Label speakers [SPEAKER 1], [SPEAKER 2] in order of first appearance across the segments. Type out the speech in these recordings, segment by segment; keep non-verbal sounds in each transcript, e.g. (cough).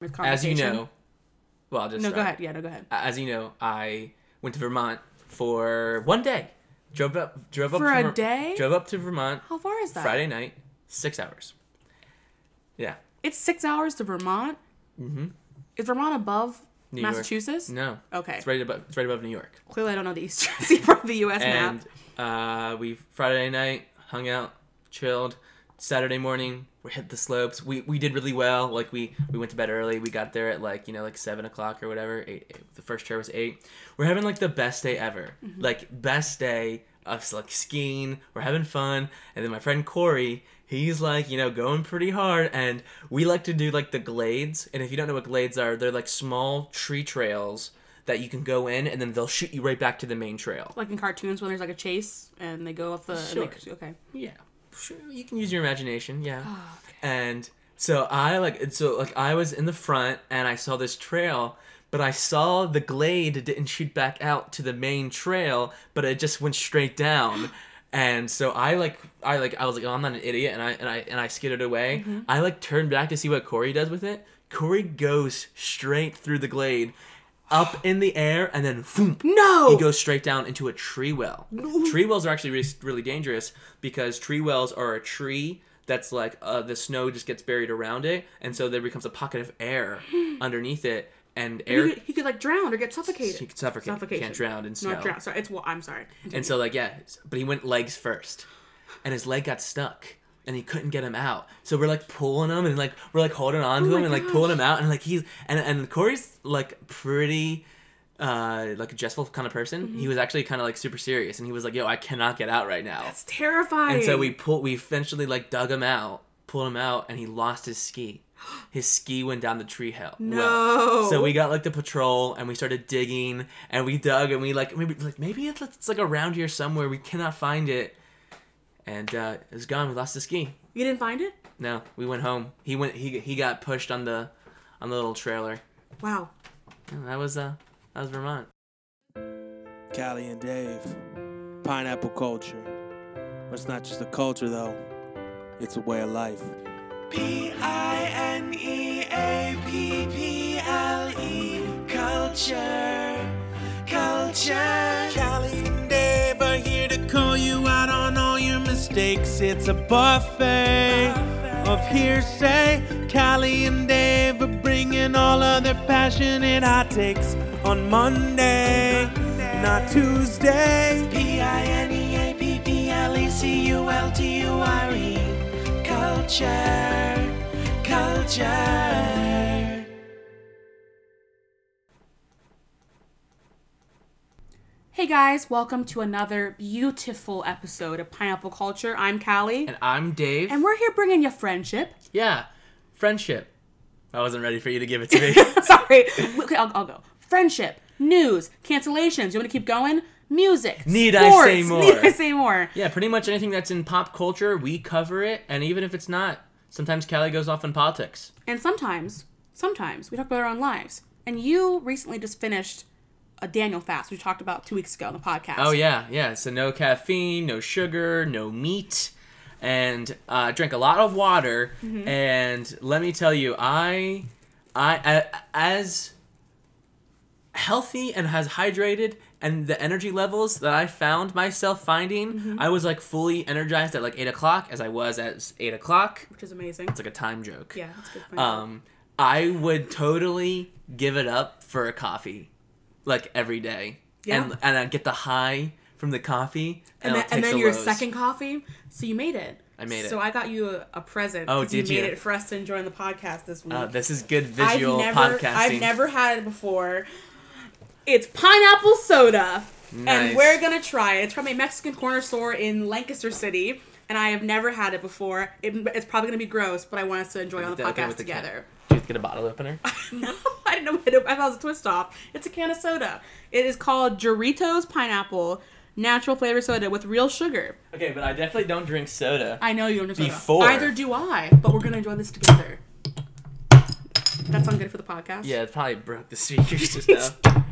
[SPEAKER 1] with
[SPEAKER 2] As you
[SPEAKER 1] conversation.
[SPEAKER 2] know, well, I'll just
[SPEAKER 1] No,
[SPEAKER 2] start.
[SPEAKER 1] go ahead. Yeah, no, go ahead.
[SPEAKER 2] As you know, I went to Vermont for one day. Drove up, drove up
[SPEAKER 1] For
[SPEAKER 2] to
[SPEAKER 1] a
[SPEAKER 2] Ver-
[SPEAKER 1] day?
[SPEAKER 2] Drove up to Vermont
[SPEAKER 1] How far is that?
[SPEAKER 2] Friday night, six hours. Yeah,
[SPEAKER 1] It's six hours to Vermont. Mm-hmm. Is Vermont above
[SPEAKER 2] New York.
[SPEAKER 1] Massachusetts?
[SPEAKER 2] no,
[SPEAKER 1] Okay.
[SPEAKER 2] it's right above, it's right above New York.
[SPEAKER 1] Clearly, I don't know the (laughs) eastern seaboard of the U.S.
[SPEAKER 2] and
[SPEAKER 1] map.
[SPEAKER 2] uh, we Friday night hung out, chilled. Saturday morning we hit the slopes. We we did really well. Like we we went to bed early. We got there at like you know like seven o'clock or whatever. Eight, eight- the first chair was eight. We're having like the best day ever. Like best day of like skiing. We're having fun. And then my friend Corey. He's like, you know, going pretty hard, and we like to do like the glades. And if you don't know what glades are, they're like small tree trails that you can go in, and then they'll shoot you right back to the main trail.
[SPEAKER 1] Like in cartoons when there's like a chase and they go off the. and they-
[SPEAKER 2] Sure.
[SPEAKER 1] okay.
[SPEAKER 2] yeah sure you can use your imagination yeah and so i like and so like i was in the front and i saw this trail but i saw the glade didn't shoot back out to the main trail but it just went straight down and so i like i like i was like oh i'm not an idiot and i and i and i skidded away i like turned back to see what corey does with it corey goes straight through the glade up in the air and then boom,
[SPEAKER 1] No.
[SPEAKER 2] he goes straight down into a tree well. tree wells are actually really, really dangerous because tree wells are a tree that's like uh, the snow just gets buried around it, and so there becomes a pocket of
[SPEAKER 1] (gasps)
[SPEAKER 2] air underneath it, and
[SPEAKER 1] he,
[SPEAKER 2] air
[SPEAKER 1] could, he could like drown or get suffocated.
[SPEAKER 2] you can suffocate. you
[SPEAKER 1] Suffocation.
[SPEAKER 2] can't drown in snow.
[SPEAKER 1] Not drown. Sorry, it's. Well, I'm sorry.
[SPEAKER 2] And so like yeah, but he went legs first, and his leg got stuck, and he couldn't get him out. So we're like pulling him and like we're like holding on to
[SPEAKER 1] Oh my
[SPEAKER 2] him and like
[SPEAKER 1] gosh.
[SPEAKER 2] pulling him out, and like he's and and Corey's like pretty. Uh, like a jestful kind of person.
[SPEAKER 1] Mm-hmm.
[SPEAKER 2] He was actually kind of like super serious, and he was like, "Yo, I cannot get out right now."
[SPEAKER 1] That's terrifying.
[SPEAKER 2] And so we pulled, we eventually like dug him out, pulled him out, and he lost his ski. His ski went down the tree hill.
[SPEAKER 1] No.
[SPEAKER 2] So we got like the patrol and we started digging and we dug and we like maybe like maybe it's, it's like around here somewhere we cannot find it. And uh, it was gone. We lost the ski.
[SPEAKER 1] You didn't find it?
[SPEAKER 2] No, we went home. He went. He he got pushed on the on the little trailer.
[SPEAKER 1] Wow.
[SPEAKER 2] And that was uh that was Vermont.
[SPEAKER 3] Callie and Dave. Pineapple culture. It's not just a culture, though, it's a way of life.
[SPEAKER 4] P I N E A P P L E Culture. Culture.
[SPEAKER 3] Callie and Dave are here to call you out on all your mistakes. It's a buffet of hearsay. Callie and Dave are bringing all of their passionate hot takes on Monday, not Tuesday.
[SPEAKER 4] P I N E A P P L E C U L T U R E. Culture. Culture.
[SPEAKER 1] Hey guys, welcome to another beautiful episode of Pineapple Culture. I'm Callie,
[SPEAKER 2] And I'm Dave.
[SPEAKER 1] and we're here bringing you friendship.
[SPEAKER 2] yeah, friendship. I wasn't ready for you to give it to me.
[SPEAKER 1] Sorry. Okay, I'll, I'll go. Friendship, news, cancellations. You want to keep going? Music.
[SPEAKER 2] Need I
[SPEAKER 1] sports.
[SPEAKER 2] say
[SPEAKER 1] (laughs)
[SPEAKER 2] more?
[SPEAKER 1] Need I say more?
[SPEAKER 2] Yeah, pretty much anything that's in pop culture, we cover it, and even if it's not, sometimes Callie goes off in politics.
[SPEAKER 1] And sometimes, sometimes we talk about our own lives. And you recently just finished a Daniel fast, we talked about two weeks ago on the podcast.
[SPEAKER 2] Oh yeah, yeah. So no caffeine, no sugar, no meat, and uh, drink a lot of water. And let me tell you, I, I, a- as healthy and as hydrated and the energy levels that I found myself finding, I was like fully energized at like eight o'clock, as I was at eight o'clock.
[SPEAKER 1] Which is amazing.
[SPEAKER 2] It's like a time joke.
[SPEAKER 1] yeah, that's good. for you.
[SPEAKER 2] um, I would totally give it up for a coffee, like every day.
[SPEAKER 1] Yeah.
[SPEAKER 2] And and I get the high from the coffee,
[SPEAKER 1] and,
[SPEAKER 2] I'll
[SPEAKER 1] then, and
[SPEAKER 2] take
[SPEAKER 1] then
[SPEAKER 2] the
[SPEAKER 1] your
[SPEAKER 2] lows.
[SPEAKER 1] second coffee. So you made it.
[SPEAKER 2] I made it.
[SPEAKER 1] So I got you a, a present.
[SPEAKER 2] Oh,
[SPEAKER 1] 'cause
[SPEAKER 2] did
[SPEAKER 1] you?
[SPEAKER 2] you?
[SPEAKER 1] made it for us to enjoy on the podcast this week.
[SPEAKER 2] Uh, this is good
[SPEAKER 1] I've
[SPEAKER 2] visual
[SPEAKER 1] never,
[SPEAKER 2] podcasting.
[SPEAKER 1] I've never had it before. It's pineapple soda,
[SPEAKER 2] Nice.
[SPEAKER 1] and we're gonna try it. It's from a Mexican corner store in Lancaster City, and I have never had it before. It, it's probably gonna be gross, but I want us to enjoy it on the
[SPEAKER 2] With the- okay,
[SPEAKER 1] podcast
[SPEAKER 2] with the can.
[SPEAKER 1] together. (laughs)
[SPEAKER 2] Do you have to get a bottle opener? (laughs)
[SPEAKER 1] no, I didn't know. What it, I thought it was a twist off. It's a can of soda. It is called Doritos Pineapple Natural Flavor Soda with real sugar.
[SPEAKER 2] okay, but I definitely don't drink soda.
[SPEAKER 1] I know you don't know soda.
[SPEAKER 2] Before.
[SPEAKER 1] Either do I, but we're gonna enjoy this together. That sound good for the podcast?
[SPEAKER 2] yeah, it probably broke the (laughs) speakers just now.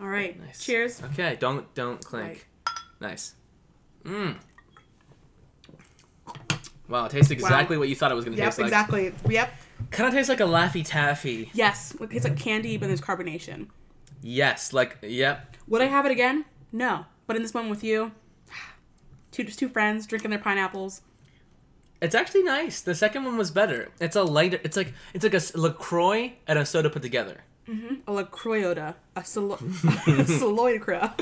[SPEAKER 1] All right.
[SPEAKER 2] Nice.
[SPEAKER 1] Cheers.
[SPEAKER 2] Okay, don't don't clink. Nice. Mmm. Wow, it tastes exactly what you thought it was gonna
[SPEAKER 1] Yep,
[SPEAKER 2] taste like.
[SPEAKER 1] exactly. Yep.
[SPEAKER 2] Kind of tastes like a Laffy Taffy.
[SPEAKER 1] Yes, it tastes like candy, but there's carbonation.
[SPEAKER 2] Yes, like, yep.
[SPEAKER 1] Would I have it again? No. But in this moment with you, (sighs) two just two friends drinking their pineapples.
[SPEAKER 2] It's actually nice. The second one was better. It's a lighter. It's like it's like a s- Lacroix and a soda put together.
[SPEAKER 1] A La Croyota, a salo- (laughs)
[SPEAKER 2] (laughs)
[SPEAKER 1] a Saloidacra.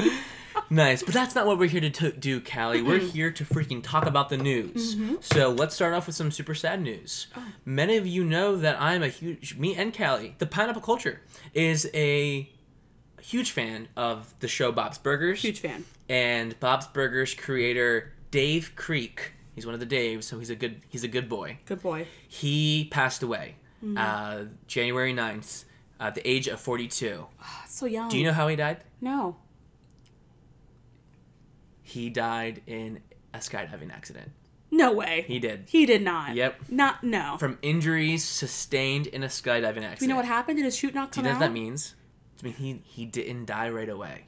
[SPEAKER 2] Nice, but that's not what we're here to t- do, Callie. We're here to freaking talk about the news. So let's start off with some super sad news. Many of you know that I'm a huge me and Callie. The pineapple culture is a huge fan of the show Bob's Burgers.
[SPEAKER 1] Huge fan.
[SPEAKER 2] and Bob's Burgers creator Dave Creek. He's one of the Daves, so he's a good he's a good boy.
[SPEAKER 1] Good boy.
[SPEAKER 2] He passed away
[SPEAKER 1] Mm-hmm.
[SPEAKER 2] uh, January 9th at the age of 42.
[SPEAKER 1] So young.
[SPEAKER 2] Do you know how he died?
[SPEAKER 1] No.
[SPEAKER 2] He died in a skydiving accident.
[SPEAKER 1] No way.
[SPEAKER 2] He did.
[SPEAKER 1] He did not.
[SPEAKER 2] Yep.
[SPEAKER 1] Not no.
[SPEAKER 2] From injuries sustained in a skydiving accident.
[SPEAKER 1] Do you know what happened? Did his shoot not
[SPEAKER 2] Do
[SPEAKER 1] come
[SPEAKER 2] you know
[SPEAKER 1] out?
[SPEAKER 2] what that means? I mean, he, he didn't die right away.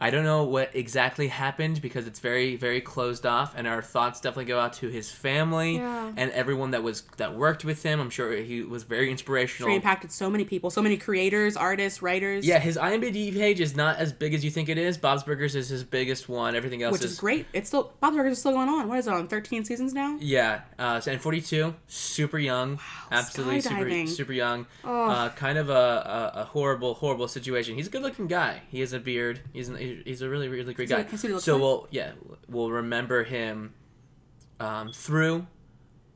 [SPEAKER 2] I don't know what exactly happened because it's very very closed off, and our thoughts definitely go out to his family
[SPEAKER 1] Yeah.
[SPEAKER 2] and everyone that was that worked with him. I'm sure he was very
[SPEAKER 1] It
[SPEAKER 2] inspirational.
[SPEAKER 1] impacted so many people, so many creators, artists, writers.
[SPEAKER 2] Yeah, his IMDb page is not as big as you think it is. Bob's Burgers is his biggest one. Everything else
[SPEAKER 1] Which is great. It's still Bob's Burgers is still going on. What is it on? Thirteen seasons now.
[SPEAKER 2] Yeah, uh, so- and 42, super young, absolutely super,
[SPEAKER 1] skydiving.
[SPEAKER 2] super young. Uh, kind of a, a, a horrible, horrible situation. He's a good-looking guy. He has a beard. He's an, he's a really, really great
[SPEAKER 1] Is he-
[SPEAKER 2] guy.
[SPEAKER 1] is he looking
[SPEAKER 2] so
[SPEAKER 1] like-
[SPEAKER 2] we'll yeah we'll remember him um, through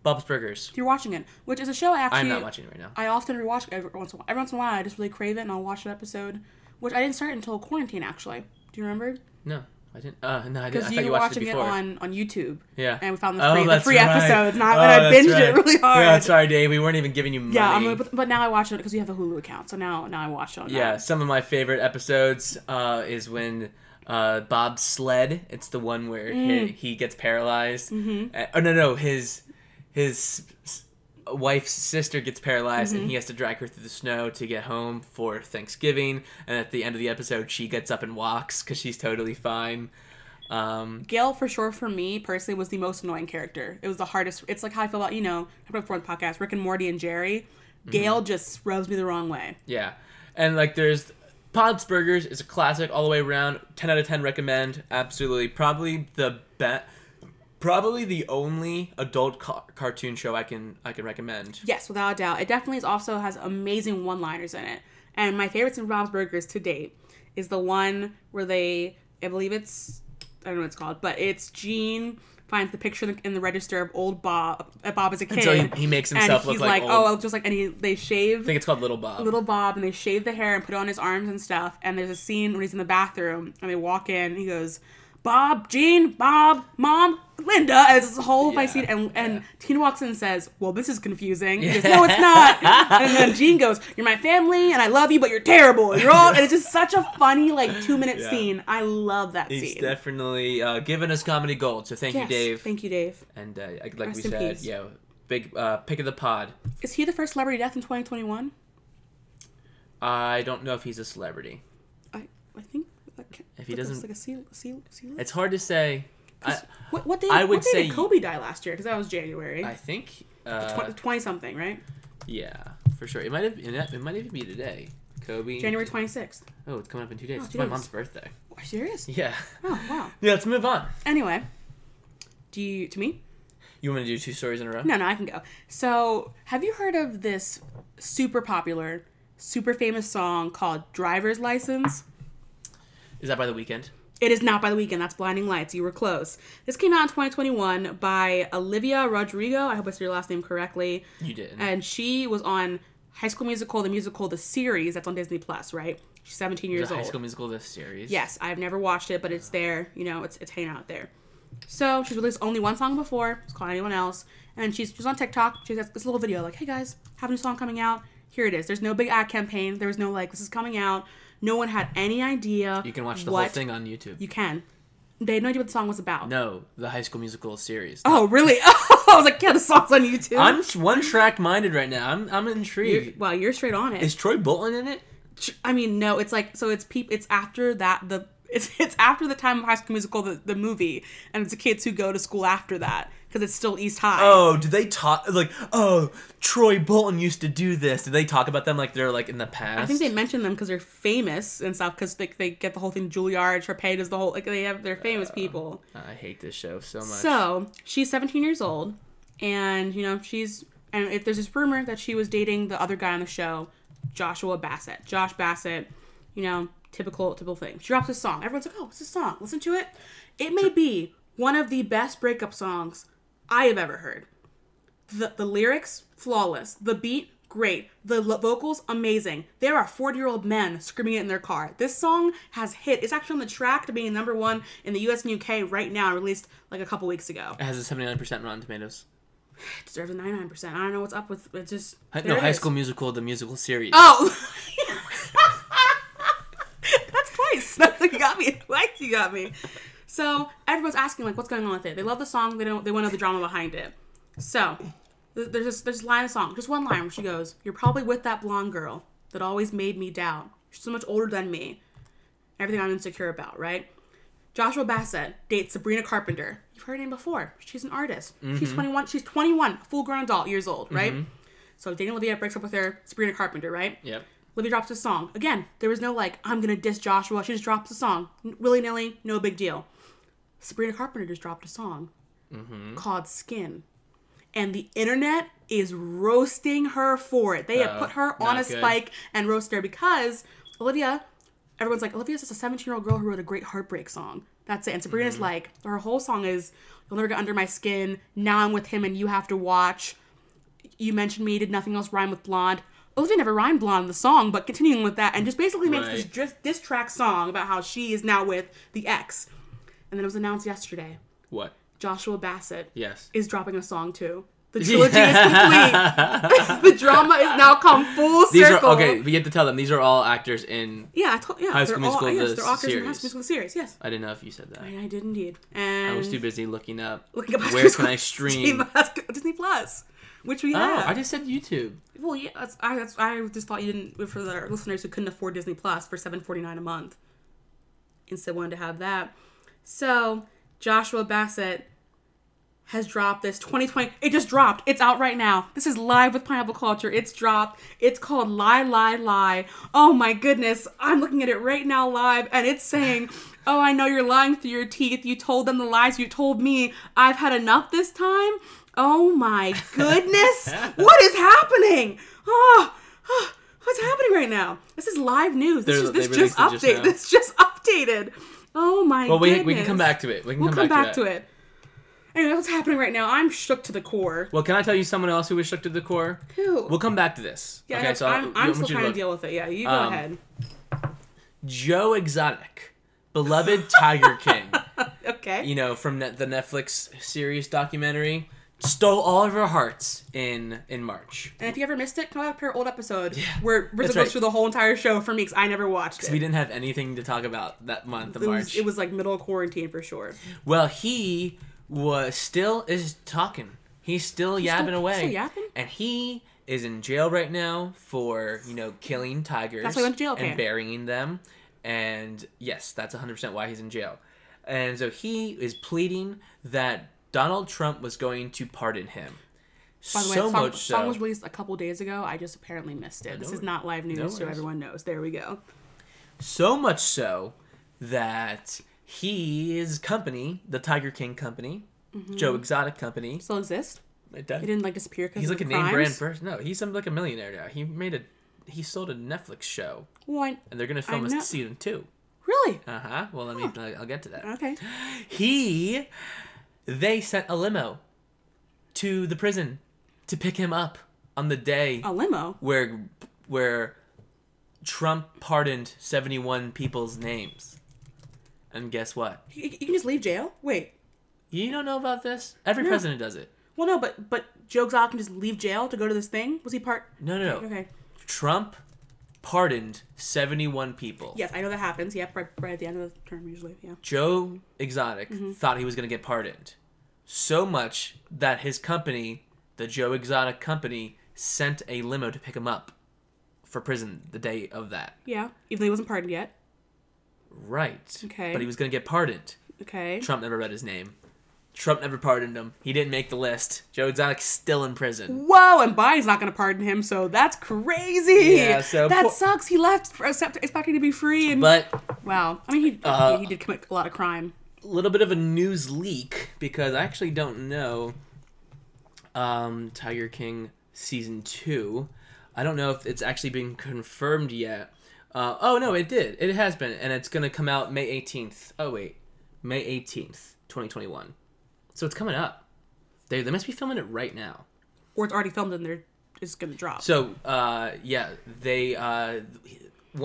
[SPEAKER 2] Bob's Burgers.
[SPEAKER 1] You're watching it, which is a show I actually.
[SPEAKER 2] I'm not watching it right now.
[SPEAKER 1] I often rewatch every once in a while. every once in a while. I just really crave it, and I'll watch an episode, which I didn't start until quarantine. Actually, do you remember?
[SPEAKER 2] No, I didn't. Uh, no, I didn't. I
[SPEAKER 1] Because
[SPEAKER 2] thought
[SPEAKER 1] you
[SPEAKER 2] you
[SPEAKER 1] were
[SPEAKER 2] watched it
[SPEAKER 1] watching it
[SPEAKER 2] before.
[SPEAKER 1] on on YouTube.
[SPEAKER 2] yeah,
[SPEAKER 1] and we found the
[SPEAKER 2] Oh,
[SPEAKER 1] free- the
[SPEAKER 2] that's
[SPEAKER 1] free
[SPEAKER 2] right.
[SPEAKER 1] episodes, not-
[SPEAKER 2] oh,
[SPEAKER 1] when I
[SPEAKER 2] that's
[SPEAKER 1] binged it
[SPEAKER 2] right.
[SPEAKER 1] really hard.
[SPEAKER 2] Yeah, sorry, Dave. We weren't even giving you money.
[SPEAKER 1] Yeah, I'm like, but, but now I watch it because we have a Hulu account. So now now I watch it. On
[SPEAKER 2] Yeah,
[SPEAKER 1] that.
[SPEAKER 2] some of my favorite episodes uh, is when uh, Bob sled. It's the one where he,
[SPEAKER 1] Mm.
[SPEAKER 2] he gets paralyzed.
[SPEAKER 1] Mm-hmm.
[SPEAKER 2] Uh, oh no, no, his his s- wife's sister gets paralyzed,
[SPEAKER 1] Mm-hmm.
[SPEAKER 2] and he has to drag her through the snow to get home for Thanksgiving. And at the end of the episode, she gets up and walks because she's totally fine. Um,
[SPEAKER 1] Gail, for sure, for me personally, was the most annoying character. It was the hardest. It's like how I feel about you know, I've before on the podcast, Rick and Morty and Jerry.
[SPEAKER 2] Mm-hmm.
[SPEAKER 1] Gail just rubs me the wrong way.
[SPEAKER 2] yeah, and like there's. Bob's Burgers is a classic all the way around. 10 out of 10 recommend. Absolutely. Probably the best probably the only adult ca- cartoon show I can I can recommend.
[SPEAKER 1] Yes, without a doubt. It definitely is also has amazing one liners in it. And my favorites in Bob's Burgers to date is the one where they, I believe it's, I don't know what it's called, but it's Gene finds the picture in the- in the register of old Bob, uh, Bob as a kid.
[SPEAKER 2] so he- he makes himself
[SPEAKER 1] and
[SPEAKER 2] look
[SPEAKER 1] he's like,
[SPEAKER 2] like old-
[SPEAKER 1] oh, I'll just like, and he, they shave
[SPEAKER 2] I think it's called Little Bob.
[SPEAKER 1] little Bob and they shave the hair and put it on his arms and stuff. And there's a scene when he's in the bathroom and they walk in. And he goes, Bob, Gene, Bob, Mom, Linda. And it's this whole fight
[SPEAKER 2] Yeah,
[SPEAKER 1] scene. And, and
[SPEAKER 2] yeah.
[SPEAKER 1] Tina walks in and says, Well, this is confusing. He goes, no, it's
[SPEAKER 2] (laughs)
[SPEAKER 1] not. and then Gene goes, You're my family and I love you, but you're terrible. You're all. And it's just such a funny, like, two minute
[SPEAKER 2] Yeah.
[SPEAKER 1] scene. I love that
[SPEAKER 2] He's
[SPEAKER 1] scene.
[SPEAKER 2] definitely uh, given us comedy gold. So thank
[SPEAKER 1] Yes,
[SPEAKER 2] you, Dave.
[SPEAKER 1] Thank you, Dave.
[SPEAKER 2] and uh, like- like we
[SPEAKER 1] Rest in
[SPEAKER 2] said,
[SPEAKER 1] peace.
[SPEAKER 2] yeah, big uh, pick of the pod.
[SPEAKER 1] Is he the first celebrity death in 2021?
[SPEAKER 2] I don't know if he's a celebrity.
[SPEAKER 1] I, I think. I can't-
[SPEAKER 2] If he
[SPEAKER 1] I thought it was
[SPEAKER 2] doesn't-
[SPEAKER 1] like a seal, seal, seal.
[SPEAKER 2] It's hard to say. I,
[SPEAKER 1] What, what day?
[SPEAKER 2] I would
[SPEAKER 1] what day
[SPEAKER 2] say-
[SPEAKER 1] did Kobe die last year? Because that was January.
[SPEAKER 2] I think. Uh,
[SPEAKER 1] Tw Twenty something, right?
[SPEAKER 2] yeah, for sure. It might have. It might even be today. Kobe.
[SPEAKER 1] January twenty sixth.
[SPEAKER 2] Oh, it's coming up in two days. it's
[SPEAKER 1] two
[SPEAKER 2] my
[SPEAKER 1] days.
[SPEAKER 2] mom's birthday.
[SPEAKER 1] Are you serious?
[SPEAKER 2] (laughs) Yeah.
[SPEAKER 1] Oh wow.
[SPEAKER 2] (laughs) Yeah. Let's move on.
[SPEAKER 1] Anyway, do you to me?
[SPEAKER 2] You want me to do two stories in a row?
[SPEAKER 1] No, no, I can go. So, have you heard of this super popular, super famous song called "Driver's License"?
[SPEAKER 2] Is that by the weekend?
[SPEAKER 1] It is not by the weekend. That's Blinding Lights. You were close. This came out in 2021 by Olivia Rodrigo. I hope I said your last name correctly.
[SPEAKER 2] You didn't.
[SPEAKER 1] and she was on High School Musical, the musical, the series that's on Disney Plus, right? She's 17
[SPEAKER 2] the
[SPEAKER 1] years
[SPEAKER 2] High
[SPEAKER 1] old.
[SPEAKER 2] School Musical this series.
[SPEAKER 1] yes, I've never watched it, but it's there. You know, it's it's hanging out there. So she's released only one song before. It's called Anyone Else, and she's she's on TikTok. She has this little video like, "Hey guys, have a new song coming out. Here it is." There's no big ad campaign. There was no like, "This is coming out." No one had any idea.
[SPEAKER 2] You can watch the whole
[SPEAKER 1] what-
[SPEAKER 2] thing on YouTube.
[SPEAKER 1] You can. They had no idea what the song was about.
[SPEAKER 2] No, the High School Musical series.
[SPEAKER 1] Oh, really? (laughs) Oh, I was like, yeah, the song's on YouTube.
[SPEAKER 2] I'm one track minded right now. I'm I'm intrigued.
[SPEAKER 1] wow, you're straight on it.
[SPEAKER 2] Is Troy Bolton in it?
[SPEAKER 1] I mean, no, it's like so it's peep it's after that (laughs) the it's it's after the time of High School Musical the, the movie and it's the kids who go to school after that because it's still East High.
[SPEAKER 2] Oh, do they talk like? Oh, Troy Bolton used to do this. Do they talk about them like they're like in the past?
[SPEAKER 1] I think they mention them because they're famous and stuff. Because they, they get the whole thing. Juilliard, Sharpay does the whole like they have they're famous people.
[SPEAKER 2] I hate this show so much.
[SPEAKER 1] So she's 17 years old, and you know she's and it, there's this rumor that she was dating the other guy on the show, Joshua Bassett. Josh Bassett, you know, typical typical thing. She drops this song. Everyone's like, "Oh, what's this song? Listen to it." It may be one of the best breakup songs I have ever heard. The the lyrics flawless. The beat great. The lo- vocals amazing. There are 40 year old men screaming it in their car. This song has hit. It's actually on the track to being number one in the U.S. and U.K. right now. Released like a couple weeks ago.
[SPEAKER 2] it has a seventy nine percent Rotten Tomatoes.
[SPEAKER 1] It deserves a 99. percent I don't know what's up with it. Just
[SPEAKER 2] Hi-
[SPEAKER 1] there
[SPEAKER 2] No,
[SPEAKER 1] it
[SPEAKER 2] High
[SPEAKER 1] is.
[SPEAKER 2] School Musical, the musical series.
[SPEAKER 1] Oh. (laughs) That's twice. (laughs) That's like, you got me. Twice you got me. So everyone's asking like, what's going on with it? They love the song. They don't. They want to know the drama behind it. So th- there's this there's this line of the song, just one line where she goes, "You're probably with that blonde girl that always made me doubt. She's so much older than me. Everything I'm insecure about, right?" Joshua Bassett dates Sabrina Carpenter. You've heard her name before. She's an artist. She's 21. She's 21, full grown adult years old, right? So Daniel Levy breaks up with her, Sabrina Carpenter, right?
[SPEAKER 2] Yep.
[SPEAKER 1] Libby drops a song. Again, there was no like, I'm gonna diss Joshua. She just drops a song. Willy nilly, no big deal. Sabrina Carpenter just dropped a song
[SPEAKER 2] Mm-hmm.
[SPEAKER 1] called Skin. And the internet is roasting her for it. They have
[SPEAKER 2] Oh,
[SPEAKER 1] put her on a
[SPEAKER 2] not good.
[SPEAKER 1] spike and roasted her because Olivia, everyone's like, Olivia's just a 17 year old girl who wrote a great heartbreak song. That's it. And Sabrina's
[SPEAKER 2] Mm-hmm.
[SPEAKER 1] like, her whole song is, You'll never get under my skin. Now I'm with him and you have to watch you mentioned me did nothing else rhyme with blonde olivia never rhymed blonde in the song but continuing with that and just basically makes this
[SPEAKER 2] Right.
[SPEAKER 1] just diss track song about how she is now with the ex and then it was announced yesterday
[SPEAKER 2] What?
[SPEAKER 1] joshua bassett
[SPEAKER 2] Yes.
[SPEAKER 1] is dropping a song too the
[SPEAKER 2] (laughs)
[SPEAKER 1] trilogy is complete (laughs) the drama is now come full
[SPEAKER 2] These
[SPEAKER 1] circle
[SPEAKER 2] are okay. We have to tell them these are all actors in.
[SPEAKER 1] yeah, I told, yeah
[SPEAKER 2] High
[SPEAKER 1] they're
[SPEAKER 2] School
[SPEAKER 1] all,
[SPEAKER 2] Musical,
[SPEAKER 1] yes,
[SPEAKER 2] the
[SPEAKER 1] they're all actors in high
[SPEAKER 2] series.
[SPEAKER 1] school musical series yes
[SPEAKER 2] I didn't know if you said that.
[SPEAKER 1] and i did indeed and
[SPEAKER 2] I was too busy looking up.
[SPEAKER 1] looking up High
[SPEAKER 2] where
[SPEAKER 1] School
[SPEAKER 2] can I
[SPEAKER 1] Musical
[SPEAKER 2] stream?
[SPEAKER 1] (laughs) disney plus which we have
[SPEAKER 2] Oh, I just said YouTube.
[SPEAKER 1] Well, yeah, that's, I that's, I just thought you didn't for the listeners who couldn't afford Disney Plus for seven forty nine a month, instead wanted to have that. So Joshua Bassett has dropped this 2020. It just dropped. It's out right now. This is live with Pineapple Culture. It's dropped. It's called Lie Lie Lie. Oh my goodness, I'm looking at it right now live, and it's
[SPEAKER 2] (sighs)
[SPEAKER 1] saying. Oh, I know you're lying through your teeth. You told them the lies you told me. I've had enough this time. Oh
[SPEAKER 2] (laughs)
[SPEAKER 1] my goodness. what is happening? Oh, oh, what's happening right now? This is live news. This
[SPEAKER 2] They're-
[SPEAKER 1] is this
[SPEAKER 2] they
[SPEAKER 1] just
[SPEAKER 2] released it just
[SPEAKER 1] update.
[SPEAKER 2] now.
[SPEAKER 1] this just updated. Oh my
[SPEAKER 2] Well, we,
[SPEAKER 1] goodness.
[SPEAKER 2] we can come back to it. We can
[SPEAKER 1] We'll
[SPEAKER 2] come, back, to,
[SPEAKER 1] to,
[SPEAKER 2] that.
[SPEAKER 1] it. Anyway, what's happening right now? I'm shook to the core.
[SPEAKER 2] Well, can I tell you someone else who was shook to the core?
[SPEAKER 1] Who?
[SPEAKER 2] We'll come back to this.
[SPEAKER 1] yeah,
[SPEAKER 2] okay,
[SPEAKER 1] no,
[SPEAKER 2] so I-
[SPEAKER 1] I'm,
[SPEAKER 2] I
[SPEAKER 1] I'm
[SPEAKER 2] want
[SPEAKER 1] still
[SPEAKER 2] you
[SPEAKER 1] trying to
[SPEAKER 2] look.
[SPEAKER 1] deal with it. Yeah, you go
[SPEAKER 2] Um,
[SPEAKER 1] ahead.
[SPEAKER 2] Joe Exotic,
[SPEAKER 1] (laughs)
[SPEAKER 2] beloved Tiger King.
[SPEAKER 1] Okay.
[SPEAKER 2] you know, from net the Netflix series documentary, stole all of our hearts in in March.
[SPEAKER 1] and if you ever missed it, come up to our old episode where Rizzo
[SPEAKER 2] that's
[SPEAKER 1] goes
[SPEAKER 2] right.
[SPEAKER 1] through the whole entire show for me because I never watched it.
[SPEAKER 2] We didn't have anything to talk about that month of
[SPEAKER 1] it
[SPEAKER 2] March.
[SPEAKER 1] was, it was like middle of quarantine for sure.
[SPEAKER 2] well, he was still is talking. He's still yapping
[SPEAKER 1] still-
[SPEAKER 2] away.
[SPEAKER 1] still yapping?
[SPEAKER 2] And he is in jail right now for you know killing tigers
[SPEAKER 1] That's why he went to jail,
[SPEAKER 2] and
[SPEAKER 1] okay.
[SPEAKER 2] burying them. And yes, that's 100% why he's in jail. And so he is pleading that Donald Trump was going to pardon him.
[SPEAKER 1] By the way,
[SPEAKER 2] so
[SPEAKER 1] the song,
[SPEAKER 2] much so.
[SPEAKER 1] song was released a couple days ago. I just apparently missed it. This
[SPEAKER 2] no
[SPEAKER 1] is not live news, so
[SPEAKER 2] worries.
[SPEAKER 1] everyone knows. There we go.
[SPEAKER 2] So much so that his company, the Tiger King company, Joe Exotic company,
[SPEAKER 1] Still exists.
[SPEAKER 2] it does-
[SPEAKER 1] Mm-hmm. It didn't like disappear because
[SPEAKER 2] he's like a
[SPEAKER 1] of
[SPEAKER 2] name brand
[SPEAKER 1] crimes?
[SPEAKER 2] person. No, he's some- like a millionaire now. He made a he sold a Netflix show,
[SPEAKER 1] Well, I-
[SPEAKER 2] and they're gonna film
[SPEAKER 1] I
[SPEAKER 2] a
[SPEAKER 1] know-
[SPEAKER 2] season two.
[SPEAKER 1] really?
[SPEAKER 2] Uh huh. Well, let me. I'll get to that.
[SPEAKER 1] Okay.
[SPEAKER 2] He, they sent a limo to the prison to pick him up on the day
[SPEAKER 1] A limo.
[SPEAKER 2] where where Trump pardoned 71 people's names. And guess what?
[SPEAKER 1] You, you can just leave jail. Wait.
[SPEAKER 2] You don't know about this? Every president does it.
[SPEAKER 1] Well, no, but but Joe Exotic can just leave jail to go to this thing. Was he part?
[SPEAKER 2] No, no, no.
[SPEAKER 1] Okay.
[SPEAKER 2] Trump pardoned 71 people.
[SPEAKER 1] Yes, I know that happens. Yep, right, right at the end of the term usually. Yeah.
[SPEAKER 2] Joe Exotic thought he was going to get pardoned. So much that his company, the Joe Exotic company, sent a limo to pick him up for prison the day of that.
[SPEAKER 1] Yeah. Even though he wasn't pardoned yet.
[SPEAKER 2] Right.
[SPEAKER 1] Okay.
[SPEAKER 2] But he was going to get pardoned.
[SPEAKER 1] Okay.
[SPEAKER 2] Trump never read his name. Trump never pardoned him. He didn't make the list. Joe Exotic's still in prison.
[SPEAKER 1] Whoa, and Biden's not going to pardon him, so that's crazy.
[SPEAKER 2] Yeah, so
[SPEAKER 1] that
[SPEAKER 2] po-
[SPEAKER 1] sucks. He left for- accept- expecting to be free. And
[SPEAKER 2] But
[SPEAKER 1] wow, I mean, he
[SPEAKER 2] Uh,
[SPEAKER 1] he did commit a lot of crime.
[SPEAKER 2] a little bit of a news leak because I actually don't know um, Tiger King season two. I don't know if it's actually been confirmed yet. Uh, oh no, it did. It has been, and it's gonna come out May eighteenth. Oh wait, May eighteenth, twenty twenty one. So it's coming up. They they must be filming it right now.
[SPEAKER 1] Or it's already filmed and they're just going to drop.
[SPEAKER 2] So uh, yeah, they uh,